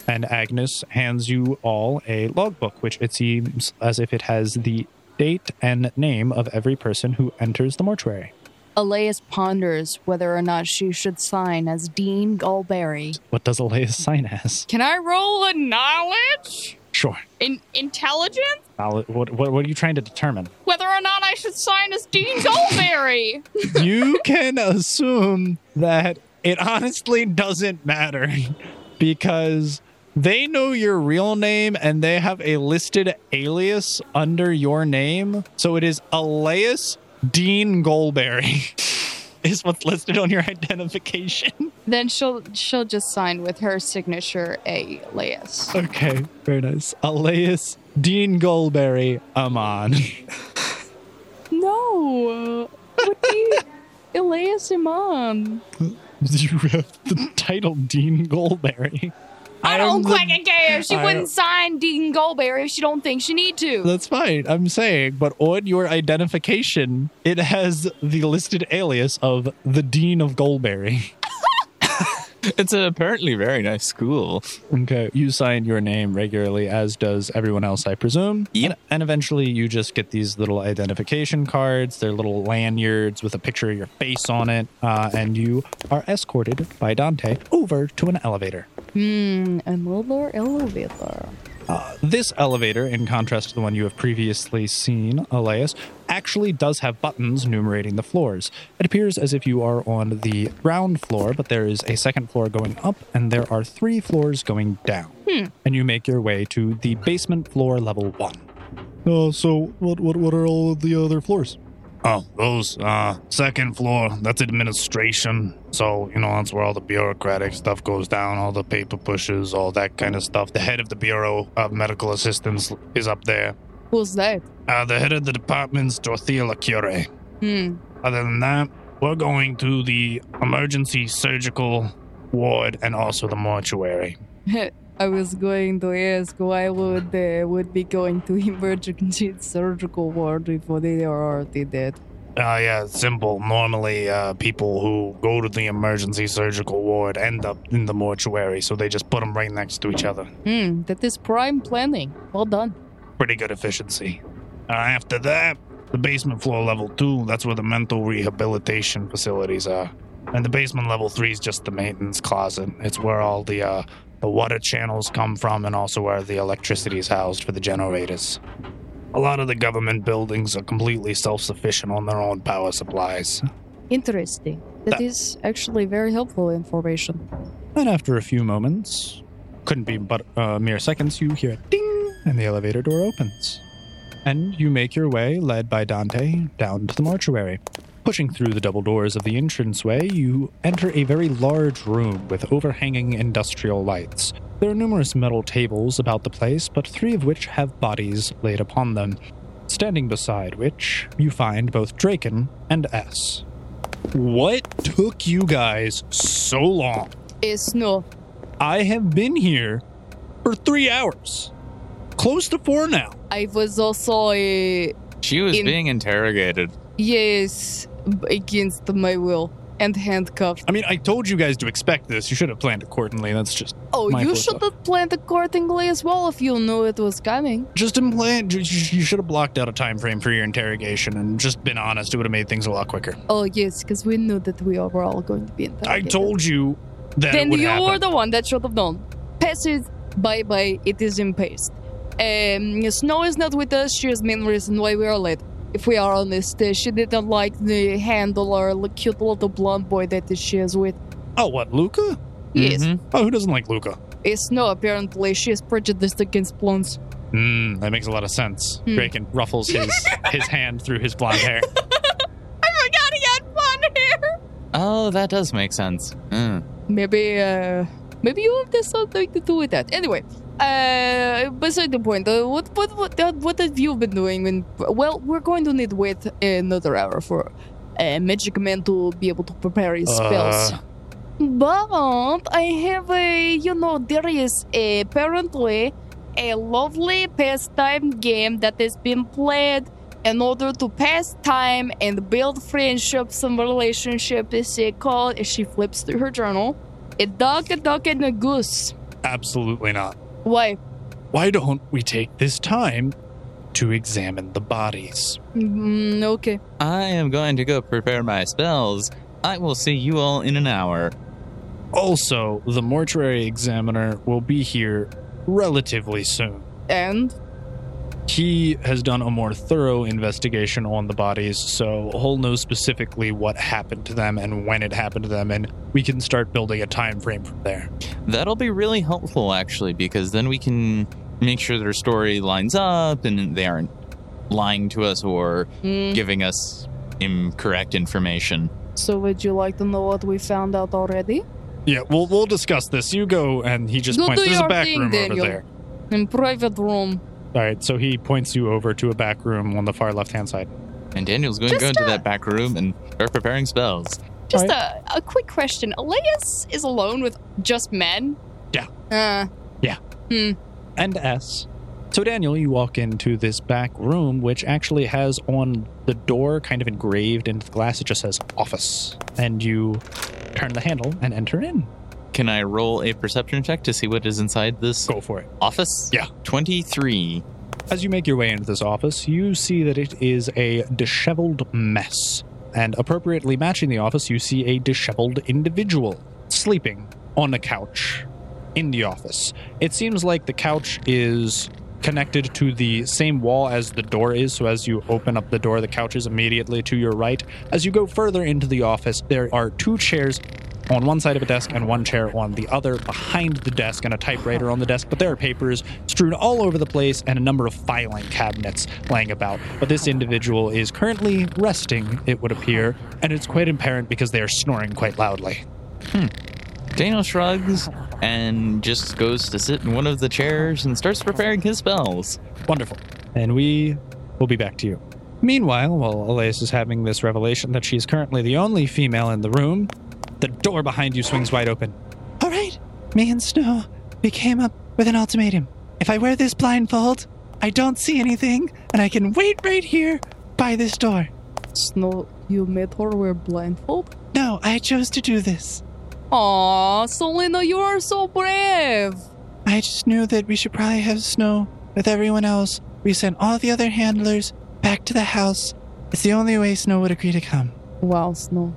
And Agnes hands you all a logbook, which it seems as if it has the date and name of every person who enters the mortuary.
Elias ponders whether or not she should sign as Dean Galberry.
What does Elias sign as?
Can I roll a knowledge?
Sure.
In intelligence?
Now, what, what, what are you trying to determine?
Whether or not I should sign as Dean Goldberry.
you can assume that it honestly doesn't matter because they know your real name and they have a listed alias under your name. So it is Elias Dean Goldberry is what's listed on your identification.
Then she'll she'll just sign with her signature Elias.
Okay, very nice. Elias Dean Goldberry Amon.
No, would be Elias Iman.
you have the title Dean Goldberry.
I
am
don't
the-
look like a gay if she
I-
wouldn't sign Dean Goldberry if she don't think she need to.
That's fine. I'm saying, but on your identification, it has the listed alias of the Dean of Goldberry.
It's an apparently very nice school.
Okay. You sign your name regularly, as does everyone else, I presume.
Yep.
And, and eventually you just get these little identification cards. They're little lanyards with a picture of your face on it. Uh, and you are escorted by Dante over to an elevator.
Hmm, another elevator.
Uh, This elevator, in contrast to the one you have previously seen, Elias, actually does have buttons numerating the floors. It appears as if you are on the ground floor, but there is a second floor going up, and there are three floors going down. And you make your way to the basement floor level one.
Uh, so what, what, what are all of the other floors?
Oh, those, uh, second floor, that's administration. So, you know, that's where all the bureaucratic stuff goes down, all the paper pushes, all that kind of stuff. The head of the Bureau of Medical Assistance is up there.
Who's that?
Uh, the head of the department's Dorothea Lacure.
Hmm.
Other than that, we're going to the emergency surgical ward and also the mortuary.
I was going to ask why would they would be going to emergency surgical ward if they are already dead.
Uh, yeah, it's simple. Normally, uh, people who go to the emergency surgical ward end up in the mortuary, so they just put them right next to each other.
Hmm, that is prime planning. Well done.
pretty good efficiency. Uh, after that, the basement floor level two, that's where the mental rehabilitation facilities are. And the basement level three is just the maintenance closet. It's where all the, uh, the water channels come from and also where the electricity is housed for the generators. A lot of the government buildings are completely self sufficient on their own power supplies.
Interesting. that is actually very helpful information.
And after a few moments, couldn't be but uh, mere seconds, you hear a ding, and the elevator door opens. And you make your way, led by Dante, down to the mortuary. Pushing through the double doors of the entranceway, you enter a very large room with overhanging industrial lights. There are numerous metal tables about the place, but three of which have bodies laid upon them. Standing beside which, you find both Draken and S. What took you guys so long?
It's no.
I have been here for three hours, close to four now.
I was also a
She was
In-
being interrogated.
yes b- against my will and handcuffed.
I mean, I told you guys to expect this. You should have planned accordingly. That's just
Oh,
My
you
fault,
should have planned accordingly as well if you knew it was coming.
just in plan. You you should have blocked out a time frame for your interrogation and just been honest. It would have made things a lot quicker.
Oh yes, because we knew that we were all going to be in.
I told you that
Then
it would
you
happen.
were the one that should have known. Pass it. Bye bye. It is in paste. Um, Snow is not with us. She is main reason why we are late. If we are honest, uh, she didn't like the handle or the cute little blonde boy that she is with.
Oh, what, Luca?
Yes,
Mm-hmm.
Mhm.
Oh, who doesn't like Luca?
it's Snow. Apparently, she is prejudiced against blondes.
Mm, that makes a lot of sense.
Hmm.
Draken ruffles his his hand through his blonde hair.
Oh
I forgot he had blonde hair.
Oh, that does make sense. Mm.
Maybe, uh, maybe you have this something to do with that. Anyway, uh, beside the point, uh, what, what, what, uh, what have you been doing? When, well, we're going to need wait another hour for a magic man to be able to prepare his spells.
Uh,
But I have a, you know, there is a, apparently a lovely pastime game that has been played in order to pass time and build friendships and relationships. It's uh, called, as she flips through her journal, a duck, a duck, and a goose.
absolutely not.
Why?
Why don't we take this time to examine the bodies?
Mm, okay.
I am going to go prepare my spells. I will see you all in an hour.
Also, the mortuary examiner will be here relatively soon.
And
He has done a more thorough investigation on the bodies, so he'll know specifically what happened to them and when it happened to them, and we can start building a time frame from there.
That'll be really helpful, actually, because then we can make sure their story lines up and they aren't lying to us or
Mm,
giving us incorrect information.
so, would you like to know what we found out already?
Yeah, we'll we'll discuss this. You go, and he just
Go
points.
do
There's a
your
back
thing,
room
Daniel.
over there.
In private room.
All right, so he points you over to a back room on the far left hand side.
And Daniel's going to go into that back room and start preparing spells.
Just a, a quick question. Elias is alone with just men?
Yeah.
Uh,
hmm.
And S.
So, Daniel, you walk into this back room, which actually has on the door kind of engraved into the glass, it just says office. And you turn the handle and enter in.
Can I roll a perception check to see what is inside this
Go for it.
office?
Yeah.
23.
As you make your way into this office, you see that it is a disheveled mess. And appropriately matching the office, you see a disheveled individual sleeping on a couch in the office. It seems like the couch is connected to the same wall as the door is, so as you open up the door, the couch is immediately to your right. As you go further into the office, there are two chairs on one side of a desk and one chair on the other, behind the desk and a typewriter on the desk, but there are papers strewn all over the place and a number of filing cabinets laying about. But this individual is currently resting, it would appear, and it's quite apparent because they are snoring quite loudly.
Daniel shrugs and just goes to sit in one of the chairs and starts preparing his spells.
Wonderful. And we will be back to you. Meanwhile, while Elias is having this revelation that she's currently the only female in the room, the door behind you swings wide open.
All right, me and Snow, we came up with an ultimatum. If I wear this blindfold, I don't see anything, and I can wait right here by this door.
Snow, you made her wear blindfold?
No, I chose to do this.
Aw, Selena, you are so brave.
I just knew that we should probably have Snow with everyone else. We sent all the other handlers back to the house. It's the only way Snow would agree to come.
Wow, Snow.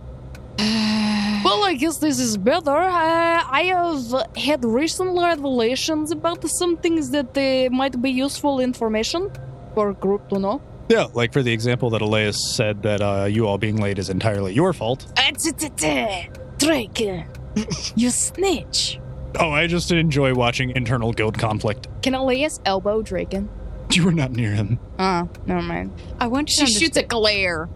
well, I guess this is better. Uh, I have had recent revelations about some things that uh, might be useful information for group to know.
Yeah, like for the example that Elias said that uh, you all being late is entirely your fault.
Uh, t- t- t- Drake, uh, you snitch.
Oh, I just enjoy watching internal guild conflict.
can Elias elbow Draken?
You were not near him.
Uh, never mind.
I want you
She
to
shoots a glare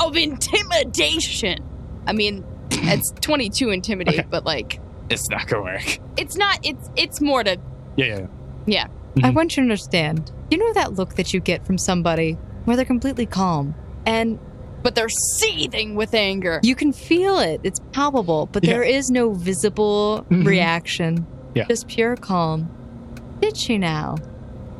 of intimidation. I mean, it's 22 intimidate, but like,
It's not gonna work.
it's not, it's, it's more to,
Yeah, yeah. Mm-hmm.
I want you to understand. You know that look that you get from somebody where they're completely calm and
but they're seething with anger.
you can feel it. It's palpable, but
Yeah.
there is no visible
Mhm.
reaction.
Yeah.
Just pure calm. Did she now?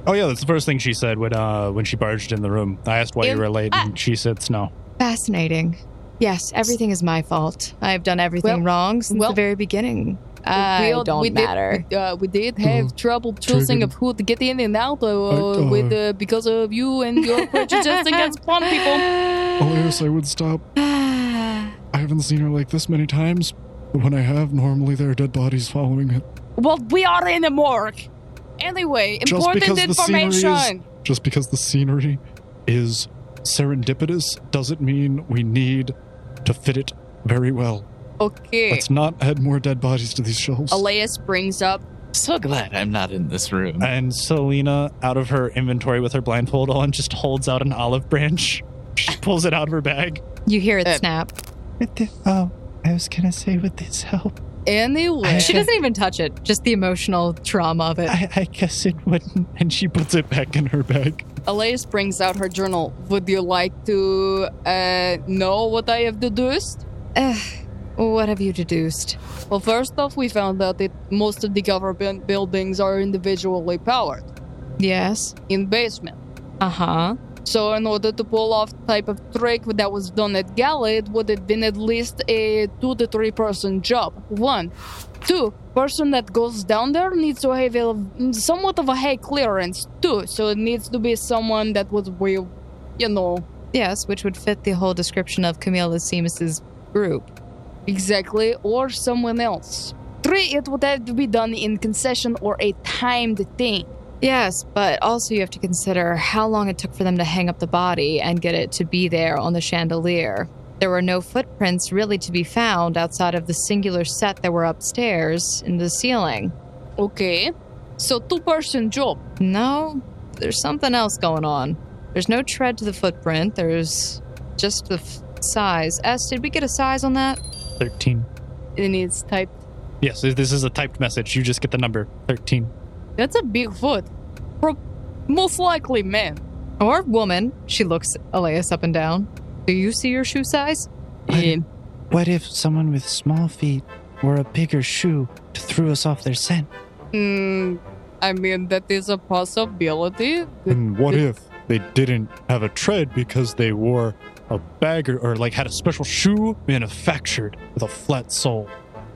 Oh yeah, that's the first thing she said when uh when she barged in the room. I asked why you
Im-
were late, and she said snow.
Fascinating. Yes, everything is my fault. I have done everything
Well-
wrong since
well-
the very beginning. I
Well,
don't
uh, we
matter.
Did, uh, we did have trouble choosing of who to get in and out uh,
I- uh,
with uh, because of you and your prejudice against blonde people.
Elias, Oh, I would stop. I haven't seen her like this many times. But when I have, normally there are dead bodies following it.
Well, we are in a morgue. Anyway,
Just because
important
the scenery is-
information.
Just because the scenery is serendipitous doesn't mean we need to fit it very well.
Okay.
Let's not add more dead bodies to these shelves.
Elias brings up,
So glad I'm not in this room.
And Selena, out of her inventory with her blindfold on, just holds out an olive branch. She pulls it out of her bag.
You hear it
Uh,
snap.
With the, oh, I was gonna say, with this help,
Anyway,
She doesn't even touch it. Just the emotional trauma of it.
I, I guess it wouldn't.
And she puts it back in her bag.
Elias brings out her journal. Would you like to uh, know what I have deduced?
What have you deduced?
Well, first off, we found out that most of the government buildings are individually powered
Yes.
in basement.
Uh huh.
So in order to pull off the type of trick that was done at Gala, it would have been at least a two to three person job. One, two, person that goes down there needs to have a, somewhat of a high clearance too. So it needs to be someone that was real, you know,
Yes, which would fit the whole description of Camille Seamus's group.
exactly, or someone else. Three, it would have to be done in concession or a timed thing.
Yes, but also you have to consider how long it took for them to hang up the body and get it to be there on the chandelier. There were no footprints really to be found outside of the singular set that were upstairs in the ceiling.
Okay, so two person job.
No, there's something else going on. There's no tread to the footprint. There's just the f- size. S, did we get a size on that?
13.
It needs type.
Yes, this is a typed message. You just get the number 13.
That's a big foot. Pro- most likely man.
Or woman. She looks Elias up and down. Do you see your shoe size?
What if someone with small feet wore a bigger shoe to throw us off their scent?
Mm, I mean, that is a possibility.
And what if they didn't have a tread because they wore a bagger or like had a special shoe manufactured with a flat sole?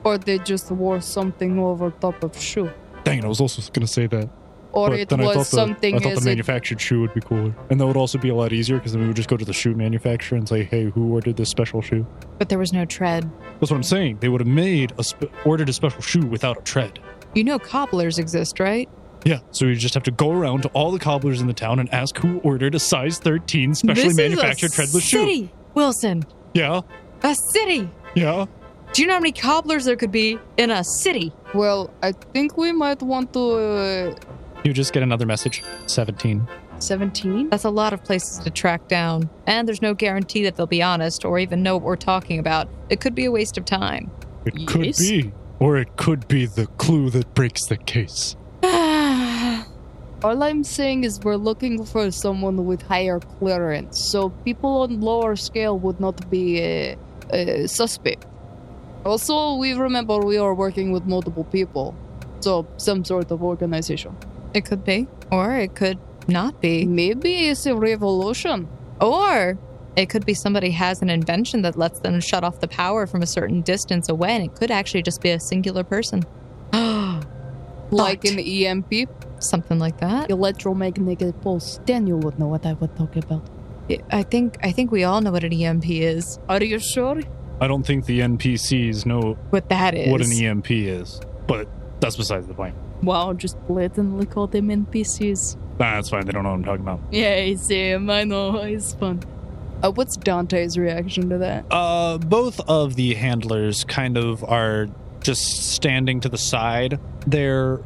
Or they just wore something over top of shoe.
Dang it, I was also going to say that.
Or
but
it
then I thought
was
the,
something
I thought the
as it,
manufactured shoe would be cooler. And that would also be a lot easier because then we would just go to the shoe manufacturer and say, hey, who ordered this special shoe?
But there was no tread.
That's what I'm saying. They would have made a sp- ordered a special shoe without a tread.
You know cobblers exist, right?
Yeah, so you just have to go around to all the cobblers in the town and ask who ordered a size 13 specially
This
manufactured
is a
treadless shoe.
city, Wilson.
Yeah,
A city.
yeah.
Do you know how many cobblers there could be in a city?
well, I think we might want to. Uh,
You just get another message 17.
17?
That's a lot of places to track down. And there's no guarantee that they'll be honest or even know what we're talking about. It could be a waste of time.
It could be. Or it could be the clue that breaks the case.
All I'm saying is we're looking for someone with higher clearance, so people on lower scale would not be uh, uh, suspect. Also, we remember we are working with multiple people, so some sort of organization.
It could be. Or it could not be.
Maybe it's a revolution.
Or it could be somebody has an invention that lets them shut off the power from a certain distance away, and it could actually just be a singular person.
like
But-
an EMP,
Something like that.
E Electromagnetic pulse. Then you would know what I would talk about.
I think I think we all know what an EMP is.
Are you sure?
I don't think the NPCs know
What that is.
what an EMP is, but that's besides the point.
Wow, just blatantly call them NPCs.
Nah, that's fine. They don't know what I'm talking about.
Yeah, same. I know. It's fun.
Uh, what's Dante's reaction to that?
Uh, both of the handlers kind of are just standing to the side. They're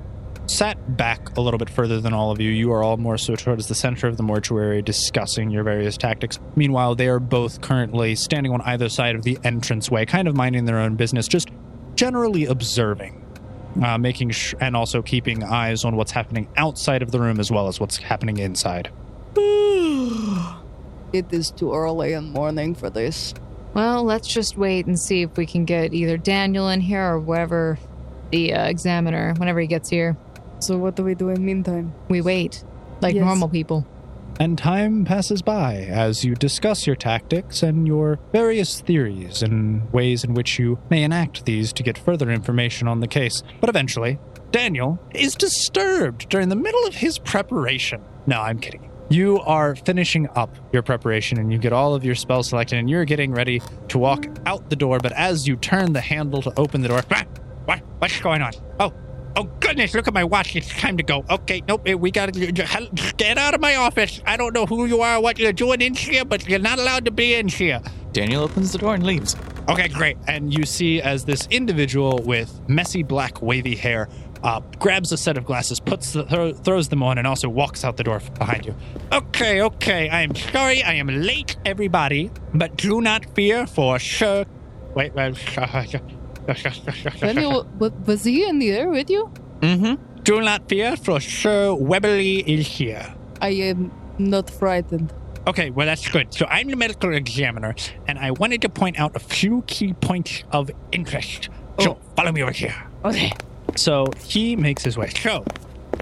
sat back a little bit further than all of you. You are all more so towards the center of the mortuary, discussing your various tactics. Meanwhile, they are both currently standing on either side of the entranceway, kind of minding their own business, just generally observing. Uh, making sh- and also keeping eyes on what's happening outside of the room as well as what's happening inside.
It is too early in the morning for this.
Well, let's just wait and see if we can get either Daniel in here or whatever the uh, examiner, whenever he gets here.
So what do we do in meantime?
We wait like
Yes.
normal people.
And time passes by as you discuss your tactics and your various theories and ways in which you may enact these to get further information on the case. But eventually, Daniel is disturbed during the middle of his preparation. No, I'm kidding. You are finishing up your preparation and you get all of your spells selected and you're getting ready to walk out the door. But as you turn the handle to open the door, "Ah! what? What's going on? Oh, Oh goodness! Look at my watch. It's time to go. Okay, nope. eh, We gotta j- j- get out of my office. I don't know who you are, what you're doing in here, but you're not allowed to be in here.
Daniel opens the door and leaves.
Okay, great. And you see as this individual with messy black wavy hair uh, grabs a set of glasses, puts the, thro- throws them on, and also walks out the door behind you. Okay, okay. I am sorry. I am late, everybody. But do not fear, for sure. Wait, well.
Daniel, wa- was he in the air with you?
Mm-hmm.
Do not fear, for sure. Weberly is here.
I um, Not frightened.
Okay, well, that's good. So I'm the medical examiner, and I wanted to point out a few key points of interest. So follow me over here.
Okay.
So he makes his way. So,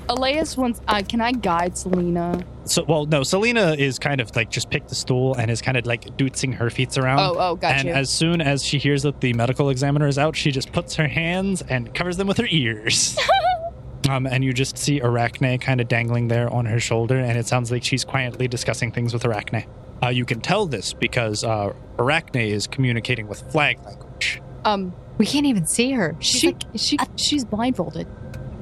Elias wants. Uh, can I guide Selena?
so well, no, Selena is kind of like just picked the stool and is kind of like dootzing her feet around.
Oh, oh, got
and
you.
as soon as she hears that the medical examiner is out, she just puts her hands and covers them with her ears. um, and you just see Arachne kind of dangling there on her shoulder, and it sounds like she's quietly discussing things with Arachne. Uh, you can tell this because uh, Arachne is communicating with flag language.
um,
We can't even see her. She's
She,
like,
she, she's blindfolded.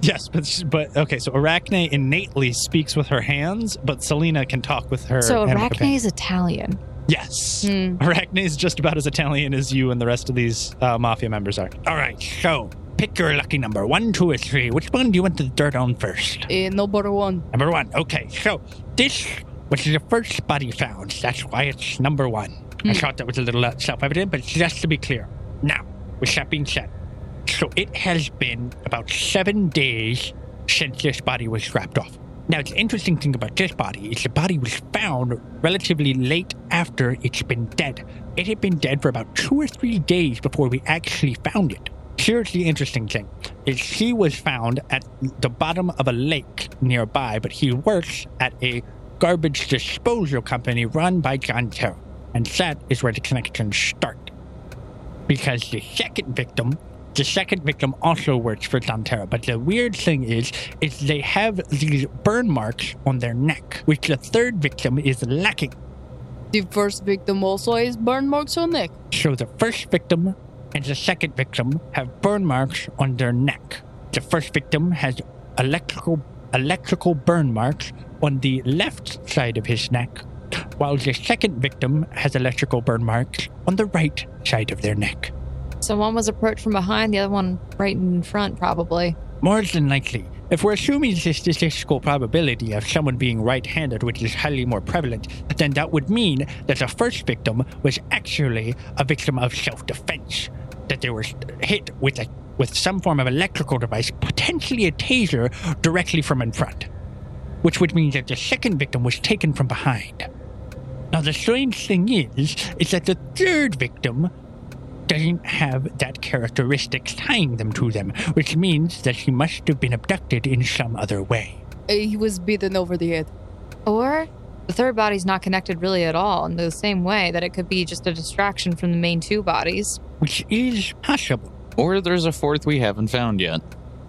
Yes, but she, but okay. So Arachne innately speaks with her hands, but Selena can talk with her.
so
animal
Arachne
companion.
is Italian.
Yes.
Hmm.
Arachne is just about as Italian as you and the rest of these uh, mafia members are. All right, so pick your lucky number one, two, or three. Which one do you want to dirt on first?
Eh, number one.
Number one. Okay, so this was the first body found. That's why it's number one. I thought that was a little uh, self evident, but just to be clear. Now, with that being said, so it has been about seven days since this body was wrapped off. Now, the interesting thing about this body is the body was found relatively late after it's been dead. It had been dead for about two or three days before we actually found it. Here's the interesting thing is she was found at the bottom of a lake nearby, but he works at a garbage disposal company run by John Terrell. And that is where the connections start because the second victim the second victim also works for Dontera, but the weird thing is, is they have these burn marks on their neck, which the third victim is lacking.
The first victim also has burn marks on neck.
So the first victim and the second victim have burn marks on their neck. The first victim has electrical electrical burn marks on the left side of his neck, while the second victim has electrical burn marks on the right side of their neck.
So one was approached from behind, the other one right in front, probably.
More than likely, if we're assuming the statistical probability of someone being right handed, which is highly more prevalent, then that would mean that the first victim was actually a victim of self defense, that they were hit with, a, with some form of electrical device, potentially a taser, directly from in front, which would mean that the second victim was taken from behind. Now, the strange thing is, is that the third victim doesn't have that characteristic tying them to them, which means that she must have been abducted in some other way.
Eh, he was beaten over the head.
Or the third body's not connected really at all in the same way that it could be just a distraction from the main two bodies.
Which is possible.
Or there's a fourth we haven't found yet.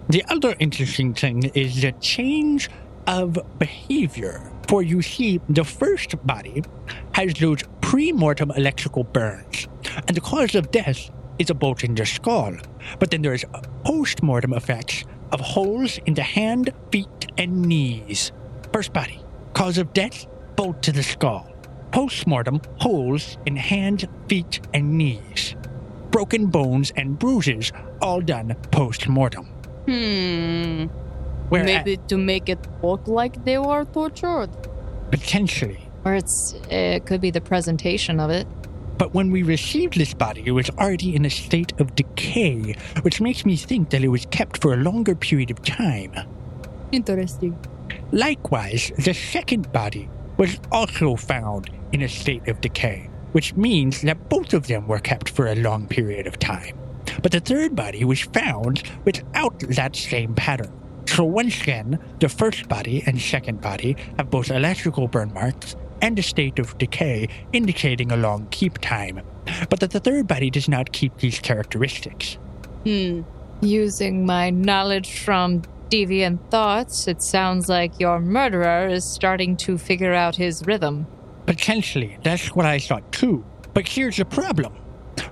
The other interesting thing is the change of behavior. For you see, the first body has those pre-mortem electrical burns, and the cause of death is a bolt in the skull. But then there's post-mortem effects of holes in the hand, feet, and knees. First body, cause of death, bolt to the skull. Post-mortem, holes in hand, feet, and knees. Broken bones and bruises, all done post-mortem.
Hmm.
Where
Maybe to make it look like they were tortured.
potentially.
Or it's
eh,
it could be the presentation of it.
But when we received this body, it was already in a state of decay, which makes me think that it was kept for a longer period of time.
Interesting.
Likewise, the second body was also found in a state of decay, which means that both of them were kept for a long period of time. But the third body was found without that same pattern. So once again, the first body and second body have both electrical burn marks and a state of decay, indicating a long keep time. But that the third body does not keep these characteristics.
Hmm.
Using my knowledge from deviant thoughts, it sounds like your murderer is starting to figure out his rhythm.
Potentially, that's what I thought too. But here's the problem.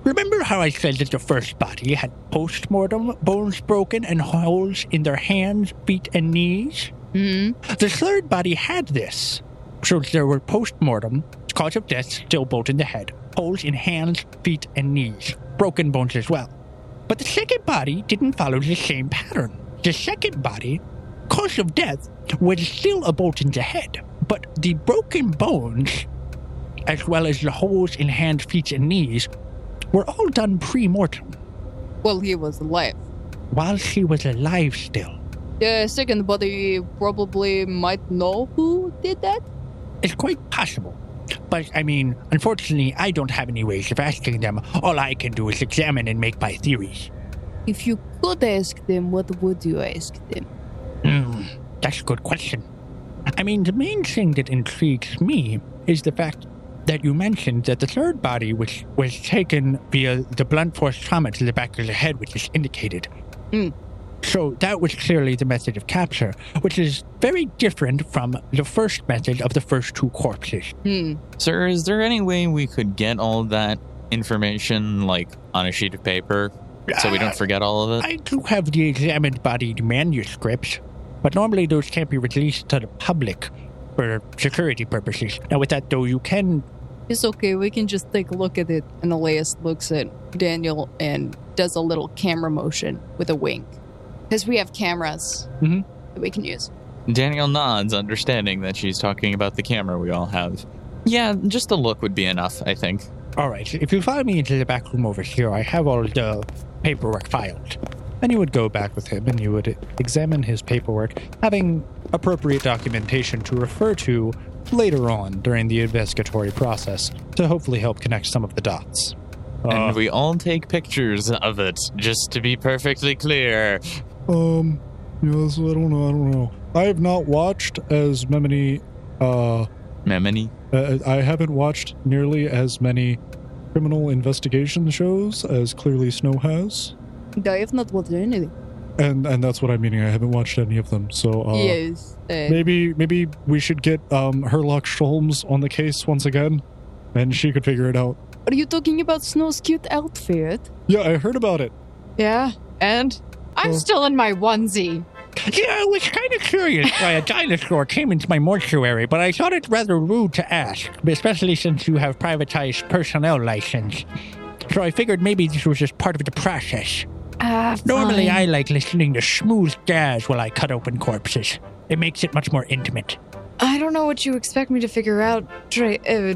Remember how I said that the first body had post-mortem bones broken and holes in their hands, feet, and knees?
hmm.
The third body had this. So there were post-mortem, cause of death still bolt in the head, holes in hands, feet, and knees, broken bones as well. But the second body didn't follow the same pattern. The second body, cause of death, was still a bolt in the head, but the broken bones, as well as the holes in hands, feet, and knees, were all done pre-mortem,
Well, he was alive.
while she was alive still.
The second body probably might know who did that.
It's quite possible. But I mean, unfortunately, I don't have any ways of asking them. All I can do is examine and make my theories.
If you could ask them, what would you ask them?
Hmm, that's a good question. I mean, the main thing that intrigues me is the fact that you mentioned that the third body was, was taken via the blunt force trauma to the back of the head, which is indicated.
Hmm.
So that was clearly the method of capture, which is very different from the first method of the first two corpses.
Hmm.
Sir, is there any way we could get all that information like on a sheet of paper so we
Uh,
don't forget all of it?
I do have the examined body manuscripts, but normally those can't be released to the public for security purposes. Now, with that though, you can.
It's okay. We can just take a look at it. And Elias looks at Daniel and does a little camera motion with a wink. Because we have cameras
Mm-hmm.
Mhm.
that we can use.
Daniel nods, understanding that she's talking about the camera we all have. Yeah, just a look would be enough, I think.
All right, if you follow me into the back room over here, I have all the uh, paperwork filed.
And you would go back with him and you would examine his paperwork, having appropriate documentation to refer to later on during the investigatory process to hopefully help connect some of the dots.
Uh.
and we all take pictures of it, just to be perfectly clear.
Um, yes, I don't know. I don't know. I have not watched as many. Uh,
Memony.
uh, I haven't watched nearly as many criminal investigation shows as clearly Snow has,
I have not watched anything.
and and that's what I'm meaning. I haven't watched any of them, so uh,
yes. Uh,
maybe maybe we should get um Herlock Sholmes on the case once again, and she could figure it out.
are you talking about Snow's cute outfit?
Yeah, I heard about it.
Yeah, and I'm
Oh.
still in my onesie.
Yeah, I was kind of curious why a dinosaur came into my mortuary, but I thought it rather rude to ask, especially since you have privatized personnel license. So I figured maybe this was just part of the process.
Ah,
Normally,
fine.
I like listening to smooth jazz while I cut open corpses. It makes it much more intimate.
I don't know what you expect me to figure out, Tra- uh,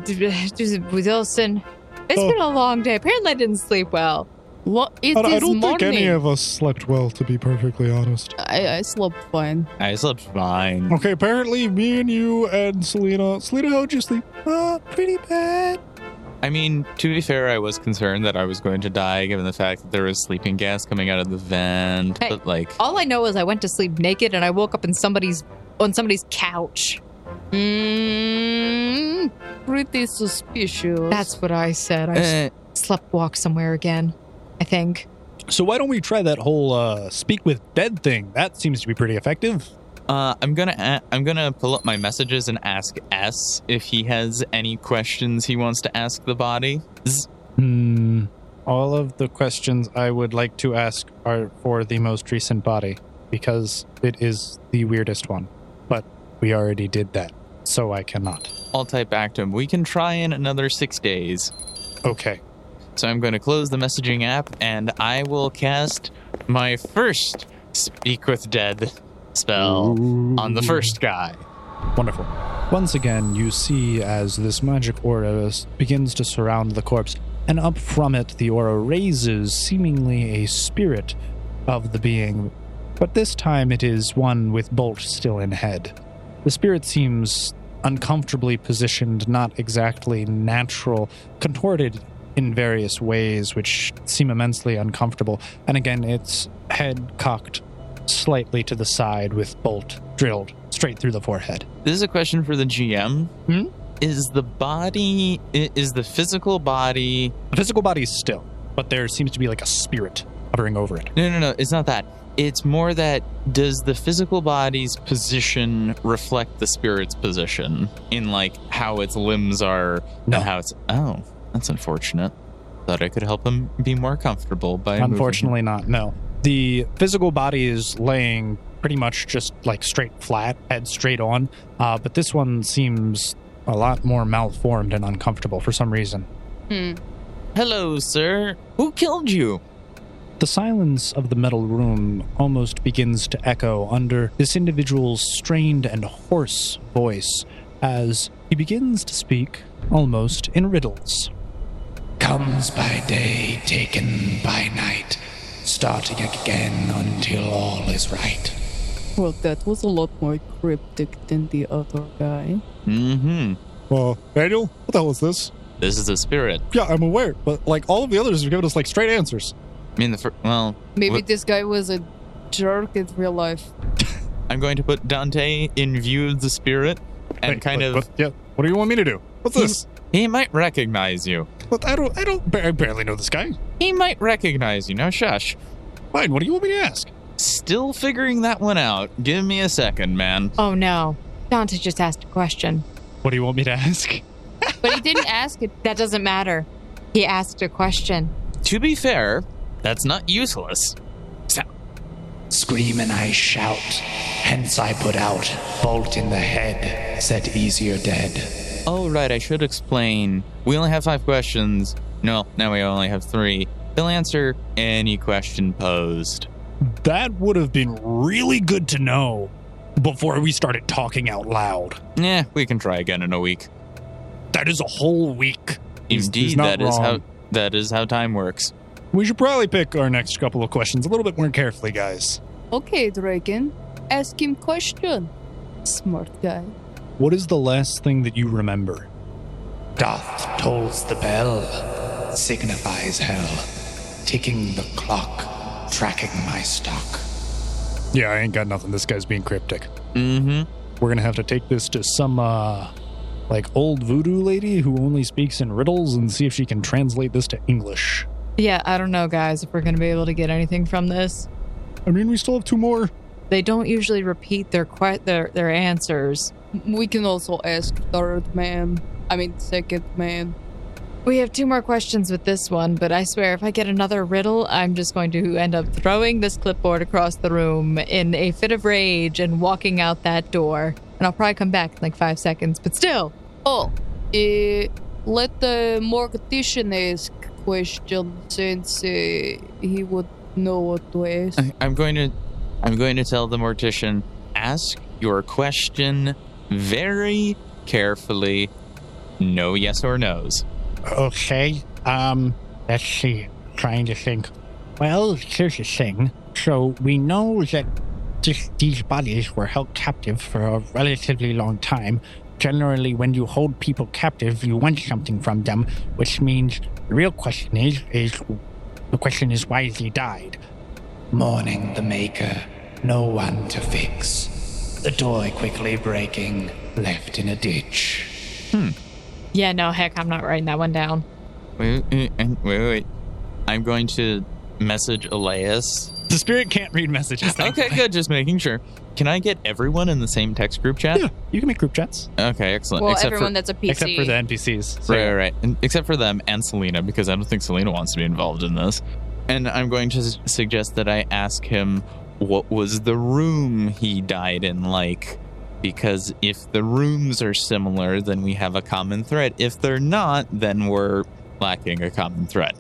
Wilson. It's
Oh.
been a long day. Apparently, I didn't sleep well.
Lo- it
I, I
is
don't
morning.
think any of us slept well, to be perfectly honest.
I, I slept fine.
I slept fine.
Okay, apparently me and you and Selena. Selena, how'd you sleep? Uh, pretty bad.
I mean, to be fair, I was concerned that I was going to die given the fact that there was sleeping gas coming out of the vent.
Hey.
But, like,
All I know is I went to sleep naked and I woke up in somebody's on somebody's couch. Hmm,
Mm, pretty suspicious.
That's what I said. I
eh,
slept walk somewhere again. I think.
So why don't we try that whole uh, speak with dead thing? That seems to be pretty effective.
Uh, I'm gonna a- I'm gonna pull up my messages and ask S if he has any questions he wants to ask the body.
Hmm. All of the questions I would like to ask are for the most recent body because it is the weirdest one. But we already did that, so I cannot.
I'll type back to him. We can try in another six days.
Okay.
So I'm going to close the messaging app and I will cast my first Speak with Dead spell on the first guy.
Wonderful. Once again, you see as this magic aura s- begins to surround the corpse, and up from it, the aura raises seemingly a spirit of the being, but this time it is one with Bolt still in head. The spirit seems uncomfortably positioned, not exactly natural, contorted in various ways, which seem immensely uncomfortable, and again, its head cocked slightly to the side with Bolt drilled straight through the forehead.
This is a question for the GM.
Hmm?
Is the body i- is the physical body
The physical body is still, but there seems to be like a spirit hovering over it.
No, no, no, it's not that. It's more that does the physical body's position reflect the spirit's position in like how its limbs are
No.
and how it's Oh, that's unfortunate. Thought I could help him be more comfortable by moving him.
Unfortunately, not. No. The physical body is laying pretty much just like straight flat, head straight on, uh, but this one seems a lot more malformed and uncomfortable for some reason.
Hello, sir. Who killed you?
The silence of the metal room almost begins to echo under this individual's strained and hoarse voice as he begins to speak almost in riddles.
Comes by day, taken by night, starting again until all is right.
Well, that was a lot more cryptic than the other guy.
Mm-hmm.
Well, Daniel, what the hell is this?
This is a spirit.
Yeah, I'm aware, but like all of the others have given us like straight answers.
I mean, the fir- well,
Maybe
What-
this guy was a jerk in real life.
I'm going to put Dante in view of the spirit and
Wait,
kind
what-
of
what- yeah. What do you want me to do? What's this?
he might recognize you.
What, I don't. I don't. I barely know this guy.
He might recognize you. Now, shush.
Fine. What do you want me to ask?
Still figuring that one out. Give me a second, man.
Oh no. Dante just asked a question.
What do you want me to ask?
But he didn't ask it.
That doesn't matter. He asked a question.
To be fair, that's not useless.
Scream and I shout, hence I put out. Bolt in the head, said easier dead.
Oh, right, I should explain. We only have five questions. No, now we only have three. He'll answer any question posed.
That would have been really good to know before we started talking out loud.
Yeah, we can try again in a week.
That is a whole week. He's- he's
Indeed,
not
that is
wrong.
how that is how time works.
We should probably pick our next couple of questions a little bit more carefully, guys.
Okay, Draken, ask him question. Smart guy.
What is the last thing that you remember?
Doth tolls the bell, signifies hell. Ticking the clock, tracking my stock.
Yeah, I ain't got nothing. This guy's being cryptic.
Mm-hmm.
We're gonna have to take this to some uh like old voodoo lady who only speaks in riddles and see if she can translate this to English.
Yeah, I don't know, guys, if we're going to be able to get anything from this.
I mean, we still have two more.
They don't usually repeat their que- their their answers.
We can also ask third man. I mean, second man.
We have two more questions with this one, but I swear if I get another riddle, I'm just going to end up throwing this clipboard across the room in a fit of rage and walking out that door. And I'll probably come back in like five seconds, but still.
Oh, eh, let the mortician ask question since eh, he would know what to ask.
I, I'm going to I'm going to tell the mortician, ask your question very carefully. No yes or no's.
Okay. Um, let's see. Trying to think. Well, here's the thing. So we know that this, these bodies were held captive for a relatively long time. Generally, when you hold people captive, you want something from them, which means the real question is is the question is why they died.
Mourning the maker, no one to fix. The door quickly breaking, left in a ditch.
Yeah, no, heck, I'm not writing that one down.
Wait, wait, wait, wait. I'm going to message Elias.
The spirit can't read messages.
Okay, good. Just making sure. Can I get everyone in the same text group chat?
Yeah, you can make group chats
Okay, excellent.
well,
except
everyone
for
that's a PC.
except for the NPCs. So-
right, right, right. And- except for them and Selena, because I don't think Selena wants to be involved in this. And I'm going to s- suggest that I ask him what was the room he died in like, because if the rooms are similar, then we have a common thread. If they're not, then we're lacking a common thread.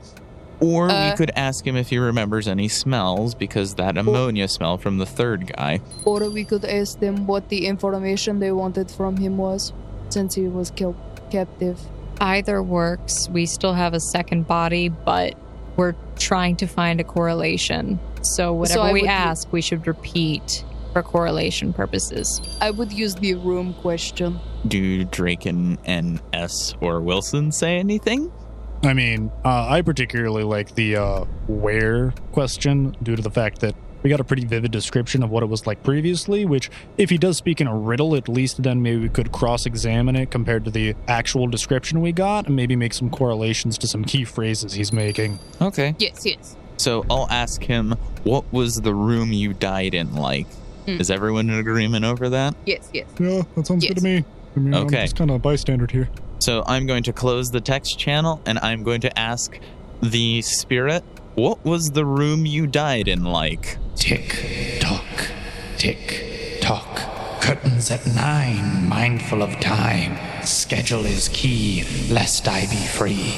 Or
Uh,
we could ask him if he remembers any smells, because that ammonia smell from the third guy.
Or we could ask them what the information they wanted from him was, since he was killed captive.
Either works. We still have a second body, but we're trying to find a correlation. So whatever
I
we
would-
ask, we should repeat for correlation purposes.
I would use the room question.
Do Draken and S or Wilson say anything?
I mean, uh, I particularly like the uh, where question due to the fact that we got a pretty vivid description of what it was like previously, which, if he does speak in a riddle, at least then maybe we could cross examine it compared to the actual description we got and maybe make some correlations to some key phrases he's making.
Okay.
Yes, yes.
So I'll ask him, what was the room you died in like?
Hmm.
Is everyone in agreement over that?
Yes, yes.
Yeah, that sounds
good
good
to
to me. I mean,
I'm
I'm
Okay.
just
just
kind of a bystander here.
So I'm going to close the text channel and I'm going to ask the spirit, what was the room you died in like?
Tick tock, tick tock. Curtains at nine, mindful of time. Schedule is key, lest I be free.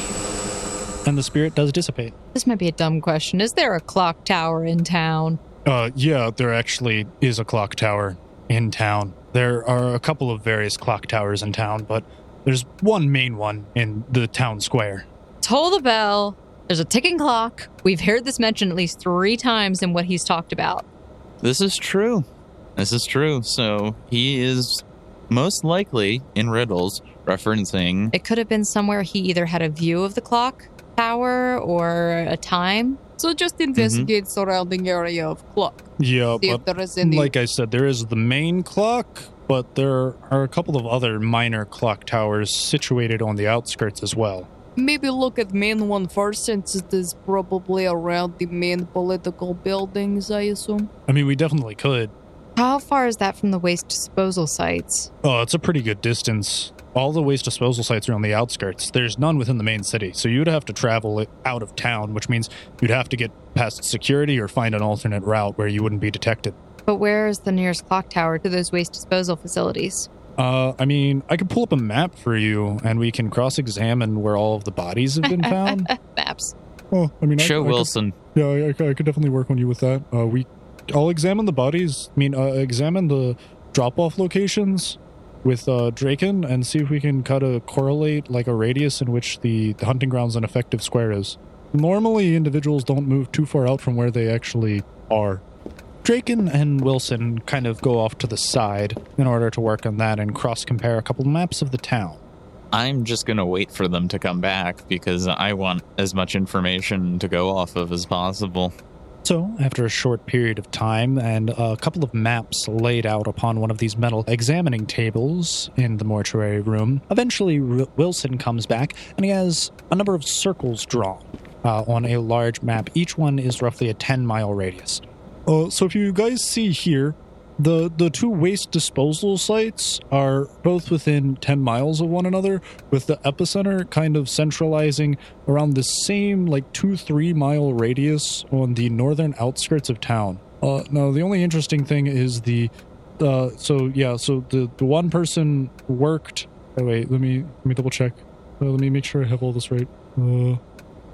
And the spirit does dissipate.
This might be a dumb question. Is there a clock tower in town?
Uh, yeah, there actually is a clock tower in town. There are a couple of various clock towers in town, but there's one main one in the town square.
Toll the bell. There's a ticking clock. We've heard this mentioned at least three times in what he's talked about.
This is true. This is true. So he is most likely in riddles referencing
It could have been somewhere he either had a view of the clock tower or a time.
So just investigate surrounding area of clock.
Yeah,
See if
but
there is any-
like I said, there is the main clock, but there are a couple of other minor clock towers situated on the outskirts as well.
Maybe look at main one first, since it is probably around the main political buildings, I assume.
I mean, we definitely could.
How far is that from the waste disposal sites?
Oh, it's a pretty good distance. All the waste disposal sites are on the outskirts. There's none within the main city, so you'd have to travel it out of town, which means you'd have to get past security or find an alternate route where you wouldn't be detected.
But where is the nearest clock tower to those waste disposal facilities?
Uh, I mean, I could pull up a map for you, and we can cross-examine where all of the bodies have been found.
Maps.
Well, I mean, I-
Show
I could-
Wilson.
Yeah, I, I could definitely work on you with that. Uh, we, I'll examine the bodies. I mean, uh, examine the drop-off locations with uh, Draken and see if we can kind of correlate like a radius in which the, the hunting grounds an effective square is. Normally, individuals don't move too far out from where they actually are. Draken and Wilson kind of go off to the side in order to work on that and cross-compare a couple maps of the town.
I'm just going to wait for them to come back because I want as much information to go off of as possible.
So, after a short period of time and a couple of maps laid out upon one of these metal examining tables in the mortuary room, eventually R- Wilson comes back and he has a number of circles drawn uh, on a large map. Each one is roughly a 10 mile radius. Uh, so, if you guys see here, the, the two waste disposal sites are both within 10 miles of one another, with the epicenter kind of centralizing around the same, like, two, three mile radius on the northern outskirts of town. Uh, now, the only interesting thing is the. Uh, so, yeah, so the, the one person worked. Oh, wait, let me, let me double check. Uh, let me make sure I have all this right. Uh,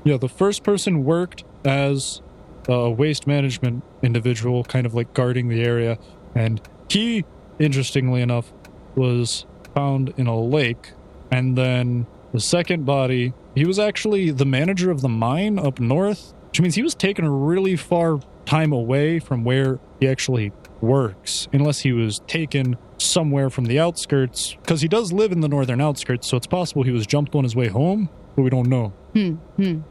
yeah, the first person worked as a waste management individual, kind of like guarding the area. And he, interestingly enough, was found in a lake. And then the second body, he was actually the manager of the mine up north, which means he was taken a really far time away from where he actually works, unless he was taken somewhere from the outskirts, because he does live in the northern outskirts, so it's possible he was jumped on his way home, but we don't know.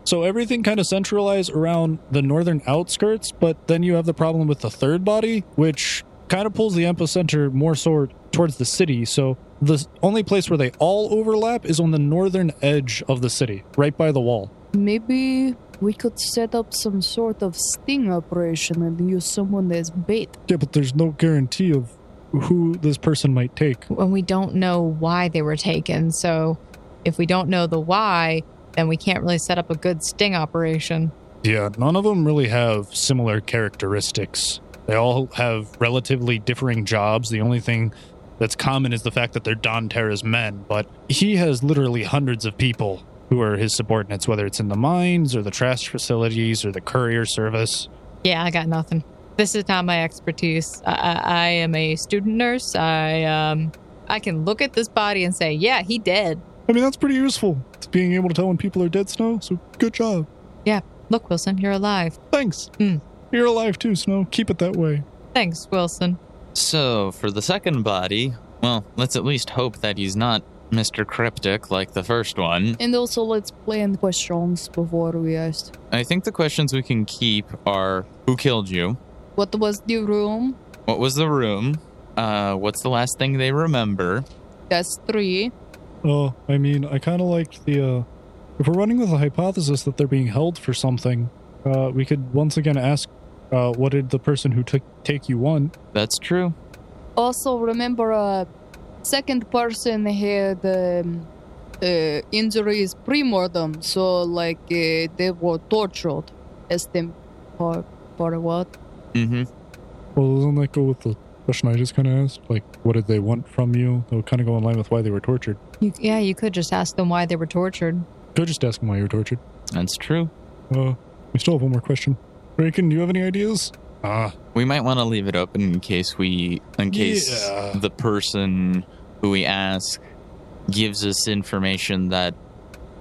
So everything kind of centralized around the northern outskirts, but then you have the problem with the third body, which kind of pulls the epicenter more so towards the city. So the s- only place where they all overlap is on the northern edge of the city, right by the wall.
Maybe we could set up some sort of sting operation and use someone as bait.
Yeah, but there's no guarantee of who this person might take.
When we don't know why they were taken, so if we don't know the why, then we can't really set up a good sting operation.
Yeah, none of them really have similar characteristics. They all have relatively differing jobs. The only thing that's common is the fact that they're Don Terra's men, but he has literally hundreds of people who are his subordinates, whether it's in the mines or the trash facilities or the courier service.
Yeah, I got nothing. This is not my expertise. I, I, I am a student nurse. I um, I can look at this body and say, yeah, he dead.
I mean, that's pretty useful. It's being able to tell when people are dead, Snow, so good job.
Yeah, look, Wilson, you're alive.
Thanks.
Hmm.
You're alive too, Snow. Keep it that way.
Thanks, Wilson.
So, for the second body, well, let's at least hope that he's not Mr. Cryptic like the first one.
And also, let's plan questions before we ask.
I think the questions we can keep are who killed you?
What was the room?
What was the room? Uh, what's the last thing they remember?
That's three.
Oh, I mean, I kind of liked the. uh If we're running with the hypothesis that they're being held for something, uh, we could once again ask, uh, what did the person who took take you want?
That's true.
Also, remember, uh, second person had um, uh, injuries pre-mortem, so like uh, they were tortured. As them for for what?
Mm-hmm.
Well, doesn't that go with the question I just kind of asked? Like, what did they want from you? That would kind of go in line with why they were tortured.
You, yeah, you could just ask them why they were tortured.
Could just ask them why you were tortured.
That's true.
Uh, we still have one more question. Raken, do you have any ideas? Ah,
We might want to leave it open in case we, in case
Yeah.
the person who we ask gives us information that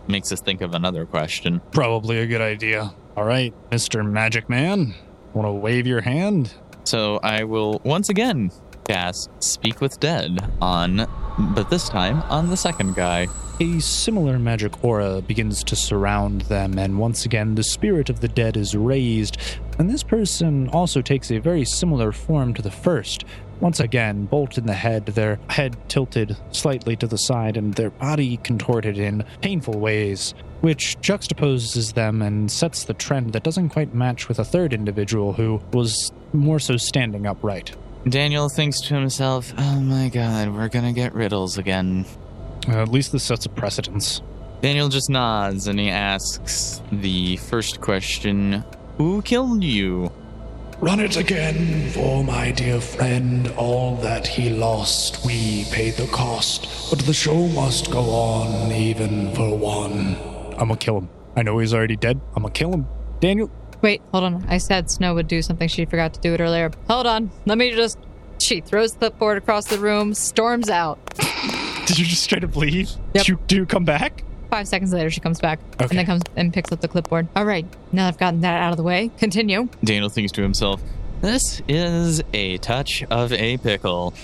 makes us think of another question.
probably a good idea. All right, Mister Magic Man, want to wave your hand?
So I will once again cast Speak with Dead on, but this time on the second guy.
A similar magic aura begins to surround them, and once again, the spirit of the dead is raised, and this person also takes a very similar form to the first. Once again, bolt in the head, their head tilted slightly to the side, and their body contorted in painful ways, which juxtaposes them and sets the trend that doesn't quite match with a third individual who was more so standing upright.
Daniel thinks to himself, oh my god, we're gonna get riddles again.
Uh, at least this sets a precedence.
Daniel just nods and he asks the first question Who killed you?
Run it again, for my dear friend, all that he lost, we paid the cost, but the show must go on, even for one.
I'm gonna kill him. I know he's already dead. I'm gonna kill him. Daniel,
Wait, hold on. I said Snow would do something. She forgot to do it earlier. Hold on. Let me just. She throws the clipboard across the room, storms out.
Did you just straight up leave?
Yep.
Did you do you come back?
Five seconds later, she comes back
Okay.
and then comes and picks up the clipboard. All right, now I've gotten that out of the way. Continue.
Daniel thinks to himself, This is a touch of a pickle.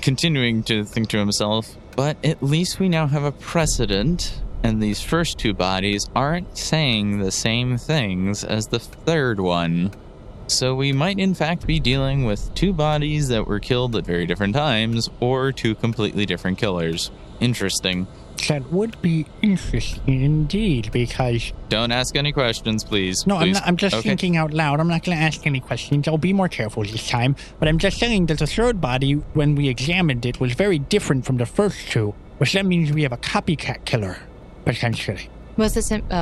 Continuing to think to himself, But at least we now have a precedent, and these first two bodies aren't saying the same things as the third one. So we might, in fact, be dealing with two bodies that were killed at very different times, or two completely different killers. Interesting.
That would be interesting indeed, because
Don't ask any questions, please.
no, I'm
Please.
not. I'm just
Okay.
thinking out loud. I'm not going to ask any questions. I'll be more careful this time. But I'm just saying that the third body, when we examined it, was very different from the first two, which that means we have a copycat killer potentially.
Was this? In- uh,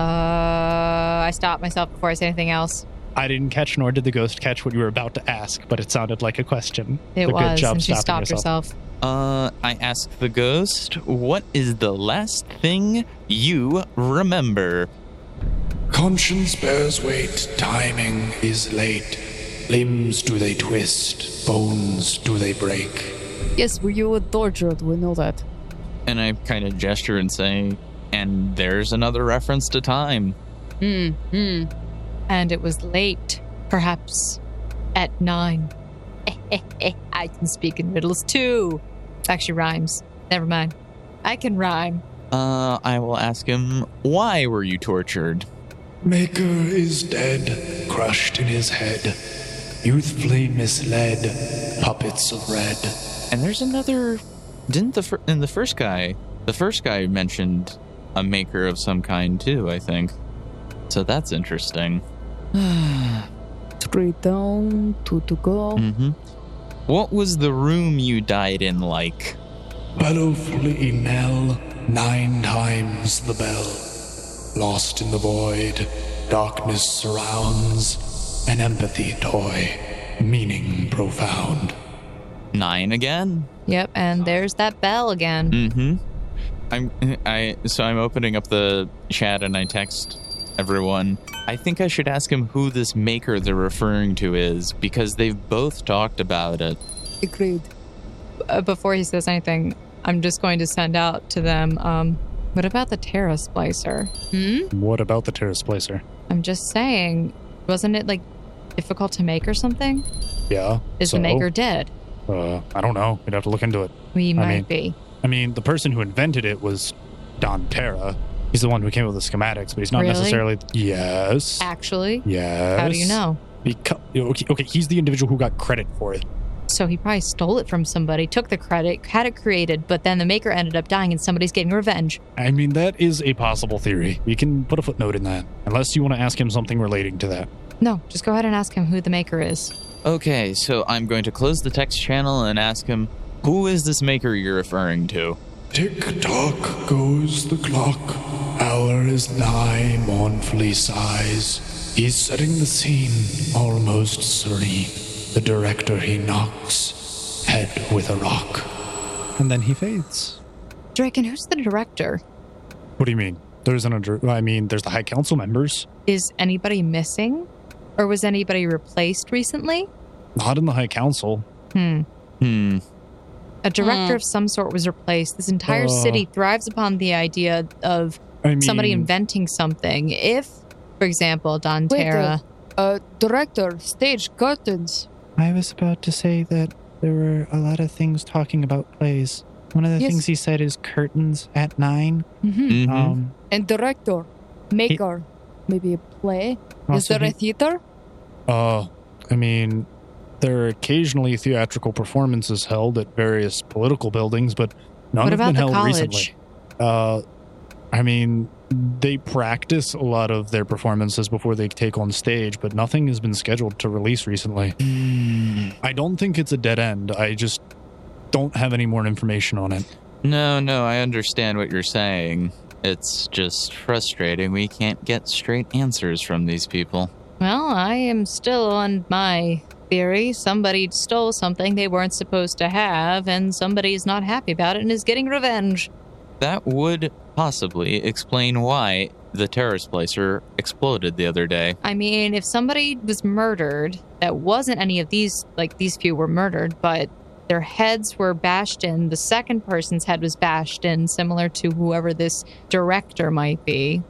I stopped myself before I say anything else.
I didn't catch, nor did the ghost catch what you were about to ask, but it sounded like a question.
It
So
was, and she stopped herself.
Uh, I asked the ghost, what is the last thing you remember?
Conscience bears weight, timing is late. Limbs do they twist, bones do they break.
Yes, we were tortured. We know that.
And I kind of gesture and say, and there's another reference to time.
Hmm. Hmm.
and it was late, perhaps at nine. I can speak in riddles too. Actually, rhymes. Never mind. I can rhyme.
Uh, I will ask him, why were you tortured?
Maker is dead, crushed in his head. Youthfully misled, puppets of red.
And there's another, didn't the, fir- in the first guy, the first guy mentioned a maker of some kind too, I think. So that's interesting.
Three down, two to go.
Mm-hmm. What was the room you died in like?
Bellowfully knell, nine times the bell. Lost in the void, darkness surrounds. An empathy toy, meaning profound.
Nine again.
Yep, and there's that bell again.
Mm-hmm. I'm I so I'm opening up the chat and I text everyone. I think I should ask him who this maker they're referring to is because they've both talked about it.
Agreed.
Uh, before he says anything, I'm just going to send out to them. Um, what about the Terra Splicer? Hmm.
what about the Terrace Placer?
I'm just saying, wasn't it like difficult to make or something?
Yeah.
Is
so,
the maker dead?
Uh, I don't know. We'd have to look into it.
We might
mean-
be.
I mean, the person who invented it was Don Terra. He's the one who came up with the schematics, but he's not
Really?
necessarily. Yes.
Actually,
Yes.
how do you know?
Because, okay, okay, he's the individual who got credit for it.
So he probably stole it from somebody, took the credit, had it created, but then the maker ended up dying and somebody's getting revenge.
I mean, that is a possible theory. We can put a footnote in that, unless you want to ask him something relating to that.
No, just go ahead and ask him who the maker is.
Okay, so I'm going to close the text channel and ask him who is this maker you're referring to?
Tick tock goes the clock. Hour is nigh, mournfully sighs. He's setting the scene, almost serene. The director he knocks, head with a rock.
And then he fades.
Draken, who's the director?
What do you mean? There's an under. I mean, there's the High Council members.
Is anybody missing? Or was anybody replaced recently?
Not in the High Council.
Hmm.
Hmm.
A
Hmm.
director of some sort was replaced. This entire
Uh.
city thrives upon the idea of
I mean,
somebody inventing something. If, for example, Don
Wait,
Terra.
Uh, director, stage, curtains.
I was about to say that there were a lot of things talking about plays. One of the
Yes.
things he said is curtains at 9
Mhm.
Um,
And director, maker, maybe a play. Is
Also
there a theater?
Uh, I mean, there are occasionally theatrical performances held at various political buildings, but none
What
have
about
been
the
held
college?
recently. Uh, I mean, they practice a lot of their performances before they take on stage, but nothing has been scheduled to release recently. I don't think it's a dead end. I just don't have any more information on it.
No, no, I understand what you're saying. It's just frustrating. We can't get straight answers from these people.
Well, I am still on my theory. Somebody stole something they weren't supposed to have, and somebody is not happy about it and is getting revenge.
That would possibly explain why the terrorist placer exploded the other day.
I mean, if somebody was murdered, that wasn't any of these, like these few were murdered, but their heads were bashed in. The second person's head was bashed in, similar to whoever this director might be.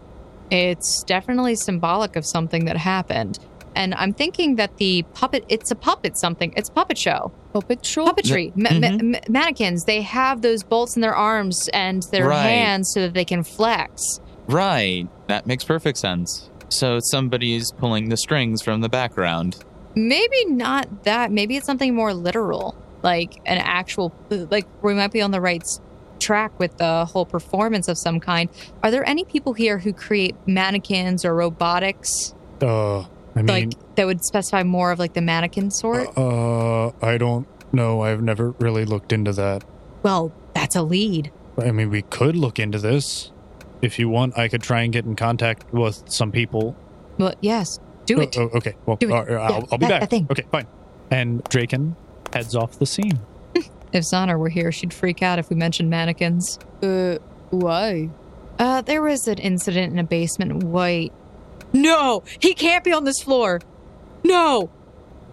It's definitely symbolic of something that happened. And I'm thinking that the puppet, it's a puppet something, it's a puppet show.
Puppet show?
Puppetry. Ma- ma- ma- mannequins, they have those bolts in their arms and their
Right.
hands so that they can flex.
Right, that makes perfect sense. So somebody's pulling the strings from the background.
Maybe not that. Maybe it's something more literal, like an actual, like we might be on the right s- track with the whole performance of some kind. Are there any people here who create mannequins or robotics,
Uh, I mean,
like that would specify more of like the mannequin sort?
uh, I don't know. I've never really looked into that.
well, that's a lead.
I mean, we could look into this. If you want, I could try and get in contact with some people.
Well, yes, do it.
Oh, oh, okay. Well,
Do it.
uh, I'll,
Yeah,
I'll be
that-
back.
that thing.
Okay, fine. And Draken heads off the scene.
If Zana were here, she'd freak out if we mentioned mannequins.
Uh, why?
Uh, there was an incident in a basement. Wait. No, he can't be on this floor. No.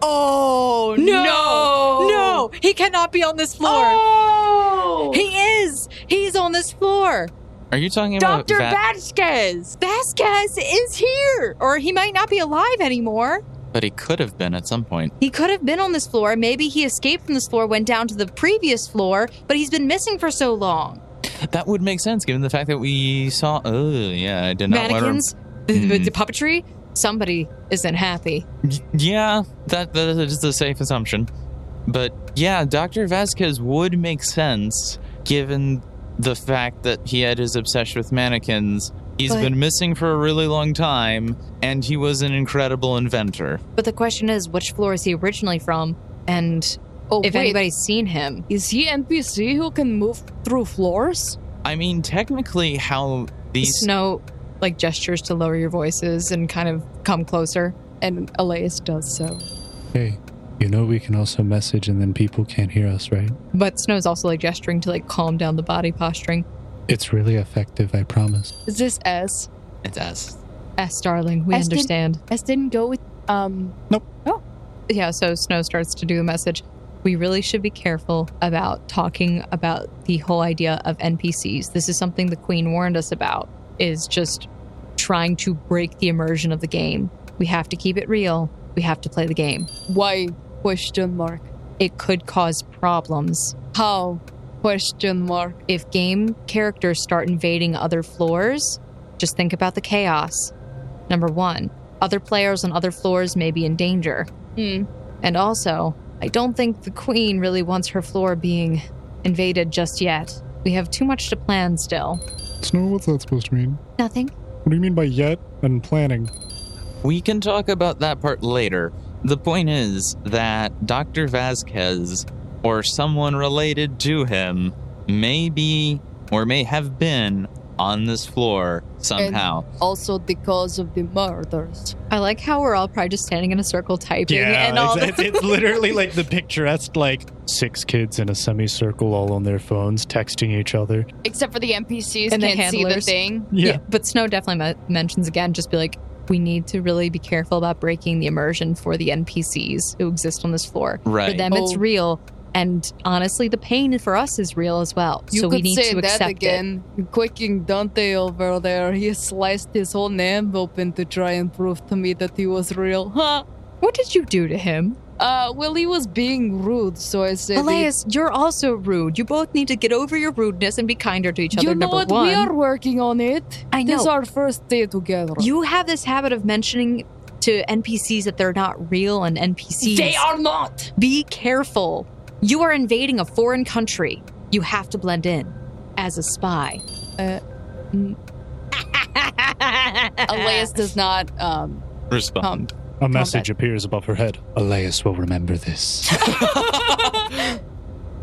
Oh, no. No. he cannot be on this floor. Oh. He is. He's on this floor.
Are you talking about
Dr.
that?
Vasquez. Vasquez is here. Or he might not be alive anymore.
but he could have been at some point.
He could have been on this floor. Maybe he escaped from this floor, went down to the previous floor, but he's been missing for so long.
That would make sense given the fact that we saw. Oh, yeah, I did not Mm-hmm.
Mannequins,
want
the,
to.
the- the puppetry. Somebody isn't happy.
Yeah, that that is a safe assumption. But yeah, Dr. Vasquez would make sense given the fact that he had his obsession with mannequins. He's
But-
been missing for a really long time, and he was an incredible inventor.
But the question is, which floor is he originally from? And
Oh,
if
wait.
anybody's seen him,
Is he NPC who can move through floors?
I mean, technically, how these.
Snow like gestures to lower your voices and kind of come closer.
And Elias does so.
Hey, you know we can also message and then people can't hear us, right?
But Snow's also like gesturing to like calm down the body posturing.
It's really effective, I promise.
Is this S?
It's us.
S darling, we
S didn't-
understand.
S didn't go with um
yeah, so Snow starts to do the message. We really should be careful about talking about the whole idea of NPCs. This is something the Queen warned us about, is just trying to break the immersion of the game. We have to keep it real. We have to play the game.
why question mark.
It could cause problems.
How question mark.
If game characters start invading other floors, just think about the chaos. Number one, other players on other floors may be in danger.
Hmm.
And also, I don't think the queen really wants her floor being invaded just yet. We have too much to plan still.
Snow, what's that supposed to mean?
Nothing.
What do you mean by yet and planning?
We can talk about that part later. The point is that Dr. Vasquez or someone related to him may be or may have been on this floor somehow.
Also the cause of the murders.
I like how we're all probably just standing in a circle typing and all
it's, it's, it's literally like the picturesque, like six kids in a semicircle all on their phones texting each other.
Except for the NPCs
And the
can't see the
handlers.
thing.
Yeah. but Snow definitely me- mentions again, just be like, we need to really be careful about breaking the immersion for the NPCs who exist on this floor.
Right.
For them, it's
Oh.
real. And honestly, the pain for us is real as well.
You
so
could
we need
say
to
that
accept it.
again. Quaking Dante over there, he sliced his whole name open to try and prove to me that he was real. Huh?
What did you do to him?
Uh, well, he was being rude, so I said.
Elias, you're also rude. You both need to get over your rudeness and be kinder to each other.
you know
number
what?
one.
We are working on it.
I
This is
know.
our first day together.
You have this habit of mentioning to NPCs that they're not real and NPCs.
They are not.
Be careful. You are invading a foreign country. You have to blend in as a spy.
Uh, n- Elias does not. Um,
Respond.
A message appears above her head.
Elias will remember this.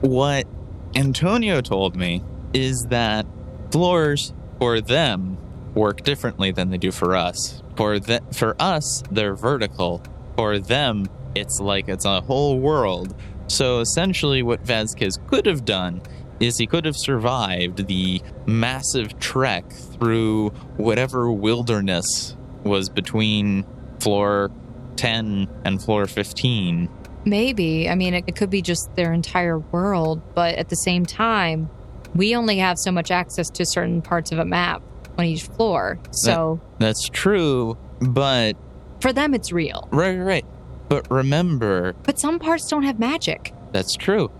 what Antonio told me is that floors for them work differently than they do for us. For the, for us, they're vertical. For them, it's like it's a whole world. So essentially, what Vasquez could have done is he could have survived the massive trek through whatever wilderness was between floor 10 and floor 15
Maybe. I mean, it, it could be just their entire world, but at the same time, we only have so much access to certain parts of a map on each floor. So
That- that's true, but
for them, it's real.
right, right, right. But remember,
But some parts don't have magic.
that's true.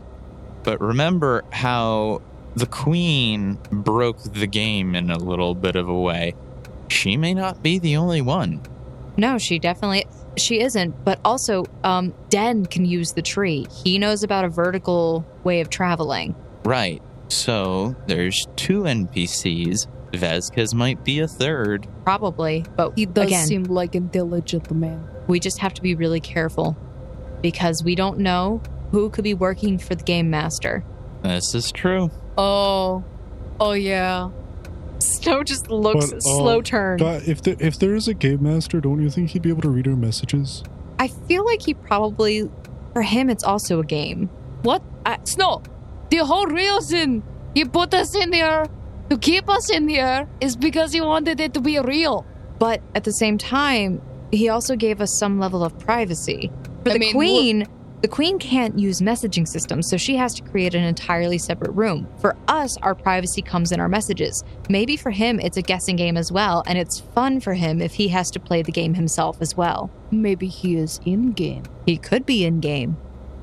But remember how the queen broke the game in a little bit of a way. She may not be the only one.
No, she definitely she isn't. But also, um, Den can use the tree. He knows about a vertical way of traveling.
Right. So there's two NPCs. Vasquez might be a third.
Probably, but
he does
again,
seem like a diligent man.
we just have to be really careful because we don't know who could be working for the game master.
This is true.
Oh, oh yeah.
Snow just looks
But, uh,
slow turn.
God, if there, if there is a game master, don't you think he'd be able to read her messages?
I feel like he probably for him it's also a game.
What? I, Snow, the whole reason he put us in here to keep us in here is because he wanted it to be real.
But at the same time, he also gave us some level of privacy. For
I
the
mean,
queen, the queen can't use messaging systems, so she has to create an entirely separate room. For us, our privacy comes in our messages. Maybe for him, it's a guessing game as well, and it's fun for him if he has to play the game himself as well.
Maybe he is in game.
He could be in game,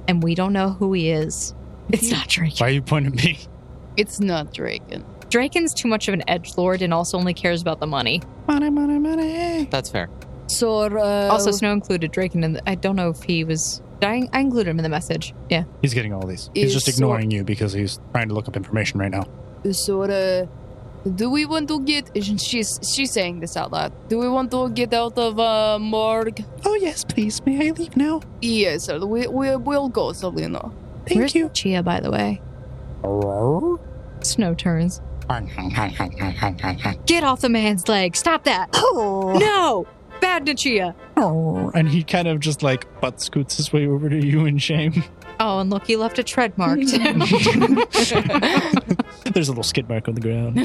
and we don't know who he is. It's not Draken.
Why are you pointing at me?
It's not Draken.
Draken's too much of an edge lord and also only cares about the money.
Money, money, money.
That's fair.
So uh,
Also, Snow included Draken, and I don't know if he was. did I, I included him in the message. Yeah.
He's getting all these. He's
Is
just
so-
ignoring you because he's trying to look up information right now.
so uh, do we want to get? She's she's saying this out loud. Do we want to get out of uh, morgue?
Oh, yes, please. May I leave now?
Yes, sir. We we will go, Selena.
Thank
Where's
you.
Chia, by the way? Snow turns. Get off the man's leg. Stop that. No. Bad Nichia.
And he kind of just like butt scoots his way over to you in shame.
Oh, and look, he left a tread mark too.
There's a little skid mark on the ground.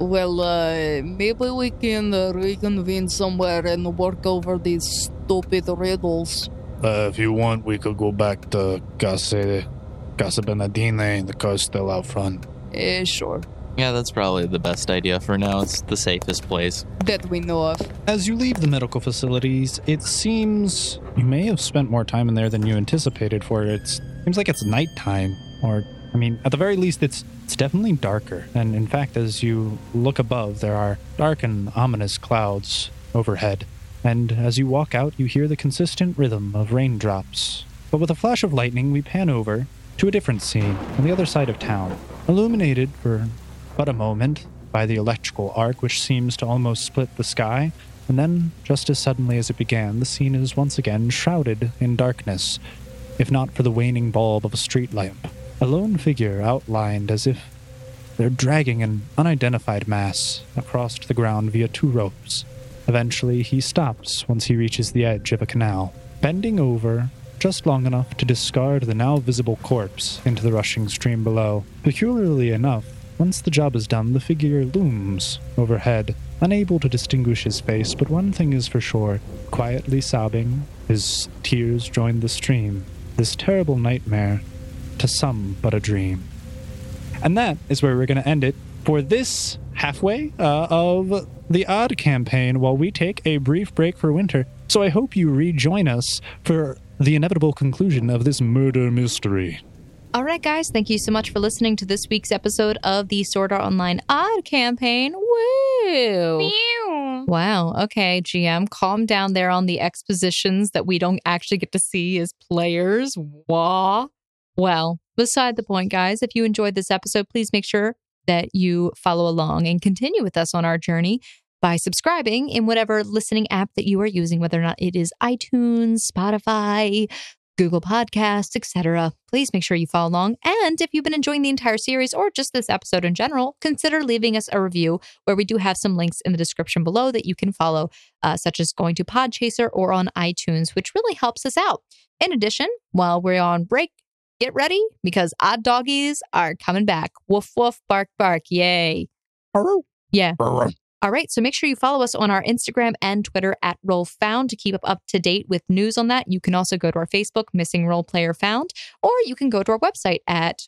Well, uh, maybe we can uh, reconvene somewhere and work over these stupid riddles.
Uh, if you want, we could go back to Casa, Casa Benadine. The car's still out front.
Eh, sure,
Yeah, that's probably the best idea for now. It's the safest place.
that we know of.
As you leave the medical facilities, it seems you may have spent more time in there than you anticipated for it. Seems like it's nighttime, or I mean, at the very least, it's it's definitely darker. And in fact, as you look above, there are dark and ominous clouds overhead. And as you walk out, you hear the consistent rhythm of raindrops. But with a flash of lightning, we pan over to a different scene on the other side of town, illuminated for but a moment by the electrical arc which seems to almost split the sky, and then, just as suddenly as it began, the scene is once again shrouded in darkness, if not for the waning bulb of a street lamp. A lone figure outlined as if they're dragging an unidentified mass across the ground via two ropes. Eventually, he stops once he reaches the edge of a canal, bending over just long enough to discard the now visible corpse into the rushing stream below. Peculiarly enough, once the job is done, the figure looms overhead, unable to distinguish his face, but one thing is for sure quietly sobbing, his tears join the stream. This terrible nightmare, to some but a dream. And that is where we're going to end it for this halfway uh, of the Odd campaign while we take a brief break for winter. So I hope you rejoin us for
the inevitable conclusion of this murder mystery.
All right, guys, thank you so much for listening to this week's episode of the Sword Art Online Odd campaign. Woo! Wow. Okay, GM, calm down there on the expositions that we don't actually get to see as players. Wah. Well, beside the point, guys, if you enjoyed this episode, please make sure that you follow along and continue with us on our journey by subscribing in whatever listening app that you are using, whether or not it is iTunes, Spotify, Google Podcasts, etc. Please make sure you follow along. And if you've been enjoying the entire series or just this episode in general, consider leaving us a review where we do have some links in the description below that you can follow, uh, such as going to Podchaser or on iTunes, which really helps us out. In addition, while we're on break, get ready because odd doggies are coming back. Woof, woof, bark, bark. Yay. Yeah. All right, so make sure you follow us on our Instagram and Twitter at Role Found to keep up up to date with news on that. You can also go to our Facebook, Missing Role Player Found, or you can go to our website at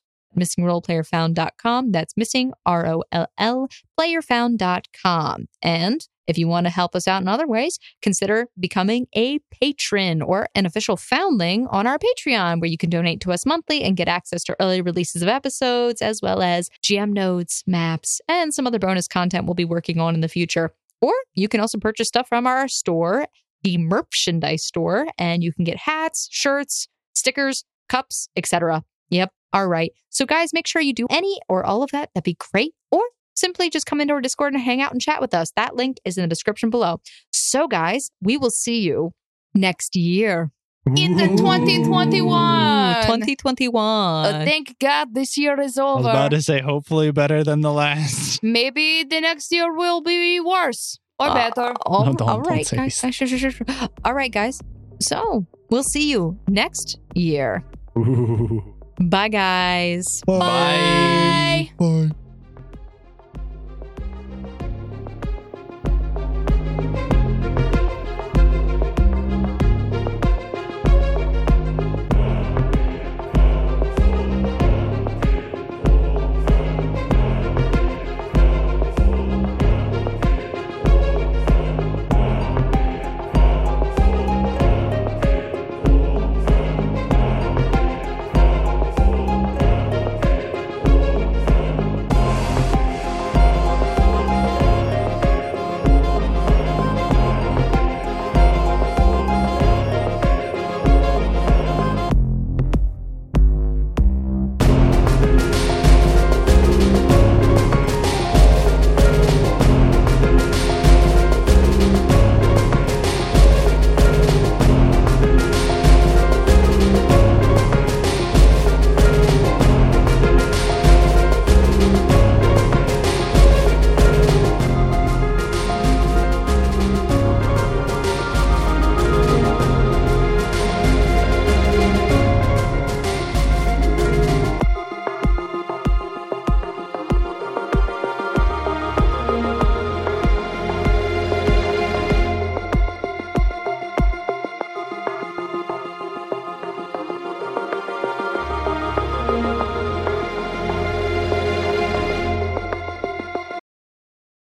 missingroleplayerfound.com. That's missing R O L L playerfound.com. And if you want to help us out in other ways, consider becoming a patron or an official foundling on our Patreon, where you can donate to us monthly and get access to early releases of episodes, as well as GM notes, maps, and some other bonus content we'll be working on in the future. Or you can also purchase stuff from our store, the merchandise store, and you can get hats, shirts, stickers, cups, etc. Yep. All right. So, guys, make sure you do any or all of that. That'd be great. Or simply just come into our Discord and hang out and chat with us. That link is in the description below. So, guys, we will see you next year.
In the 2021.
2021.
Uh, thank God this year is
I was
over.
about to say, hopefully better than the last.
Maybe the next year will be worse or
Uh,
better.
all-
No, don't-
all
don't
right,
say
guys. Uh, sure, sure, sure, sure. All right, guys. So, we'll see you next year. Bye, guys.
Bye.
Bye.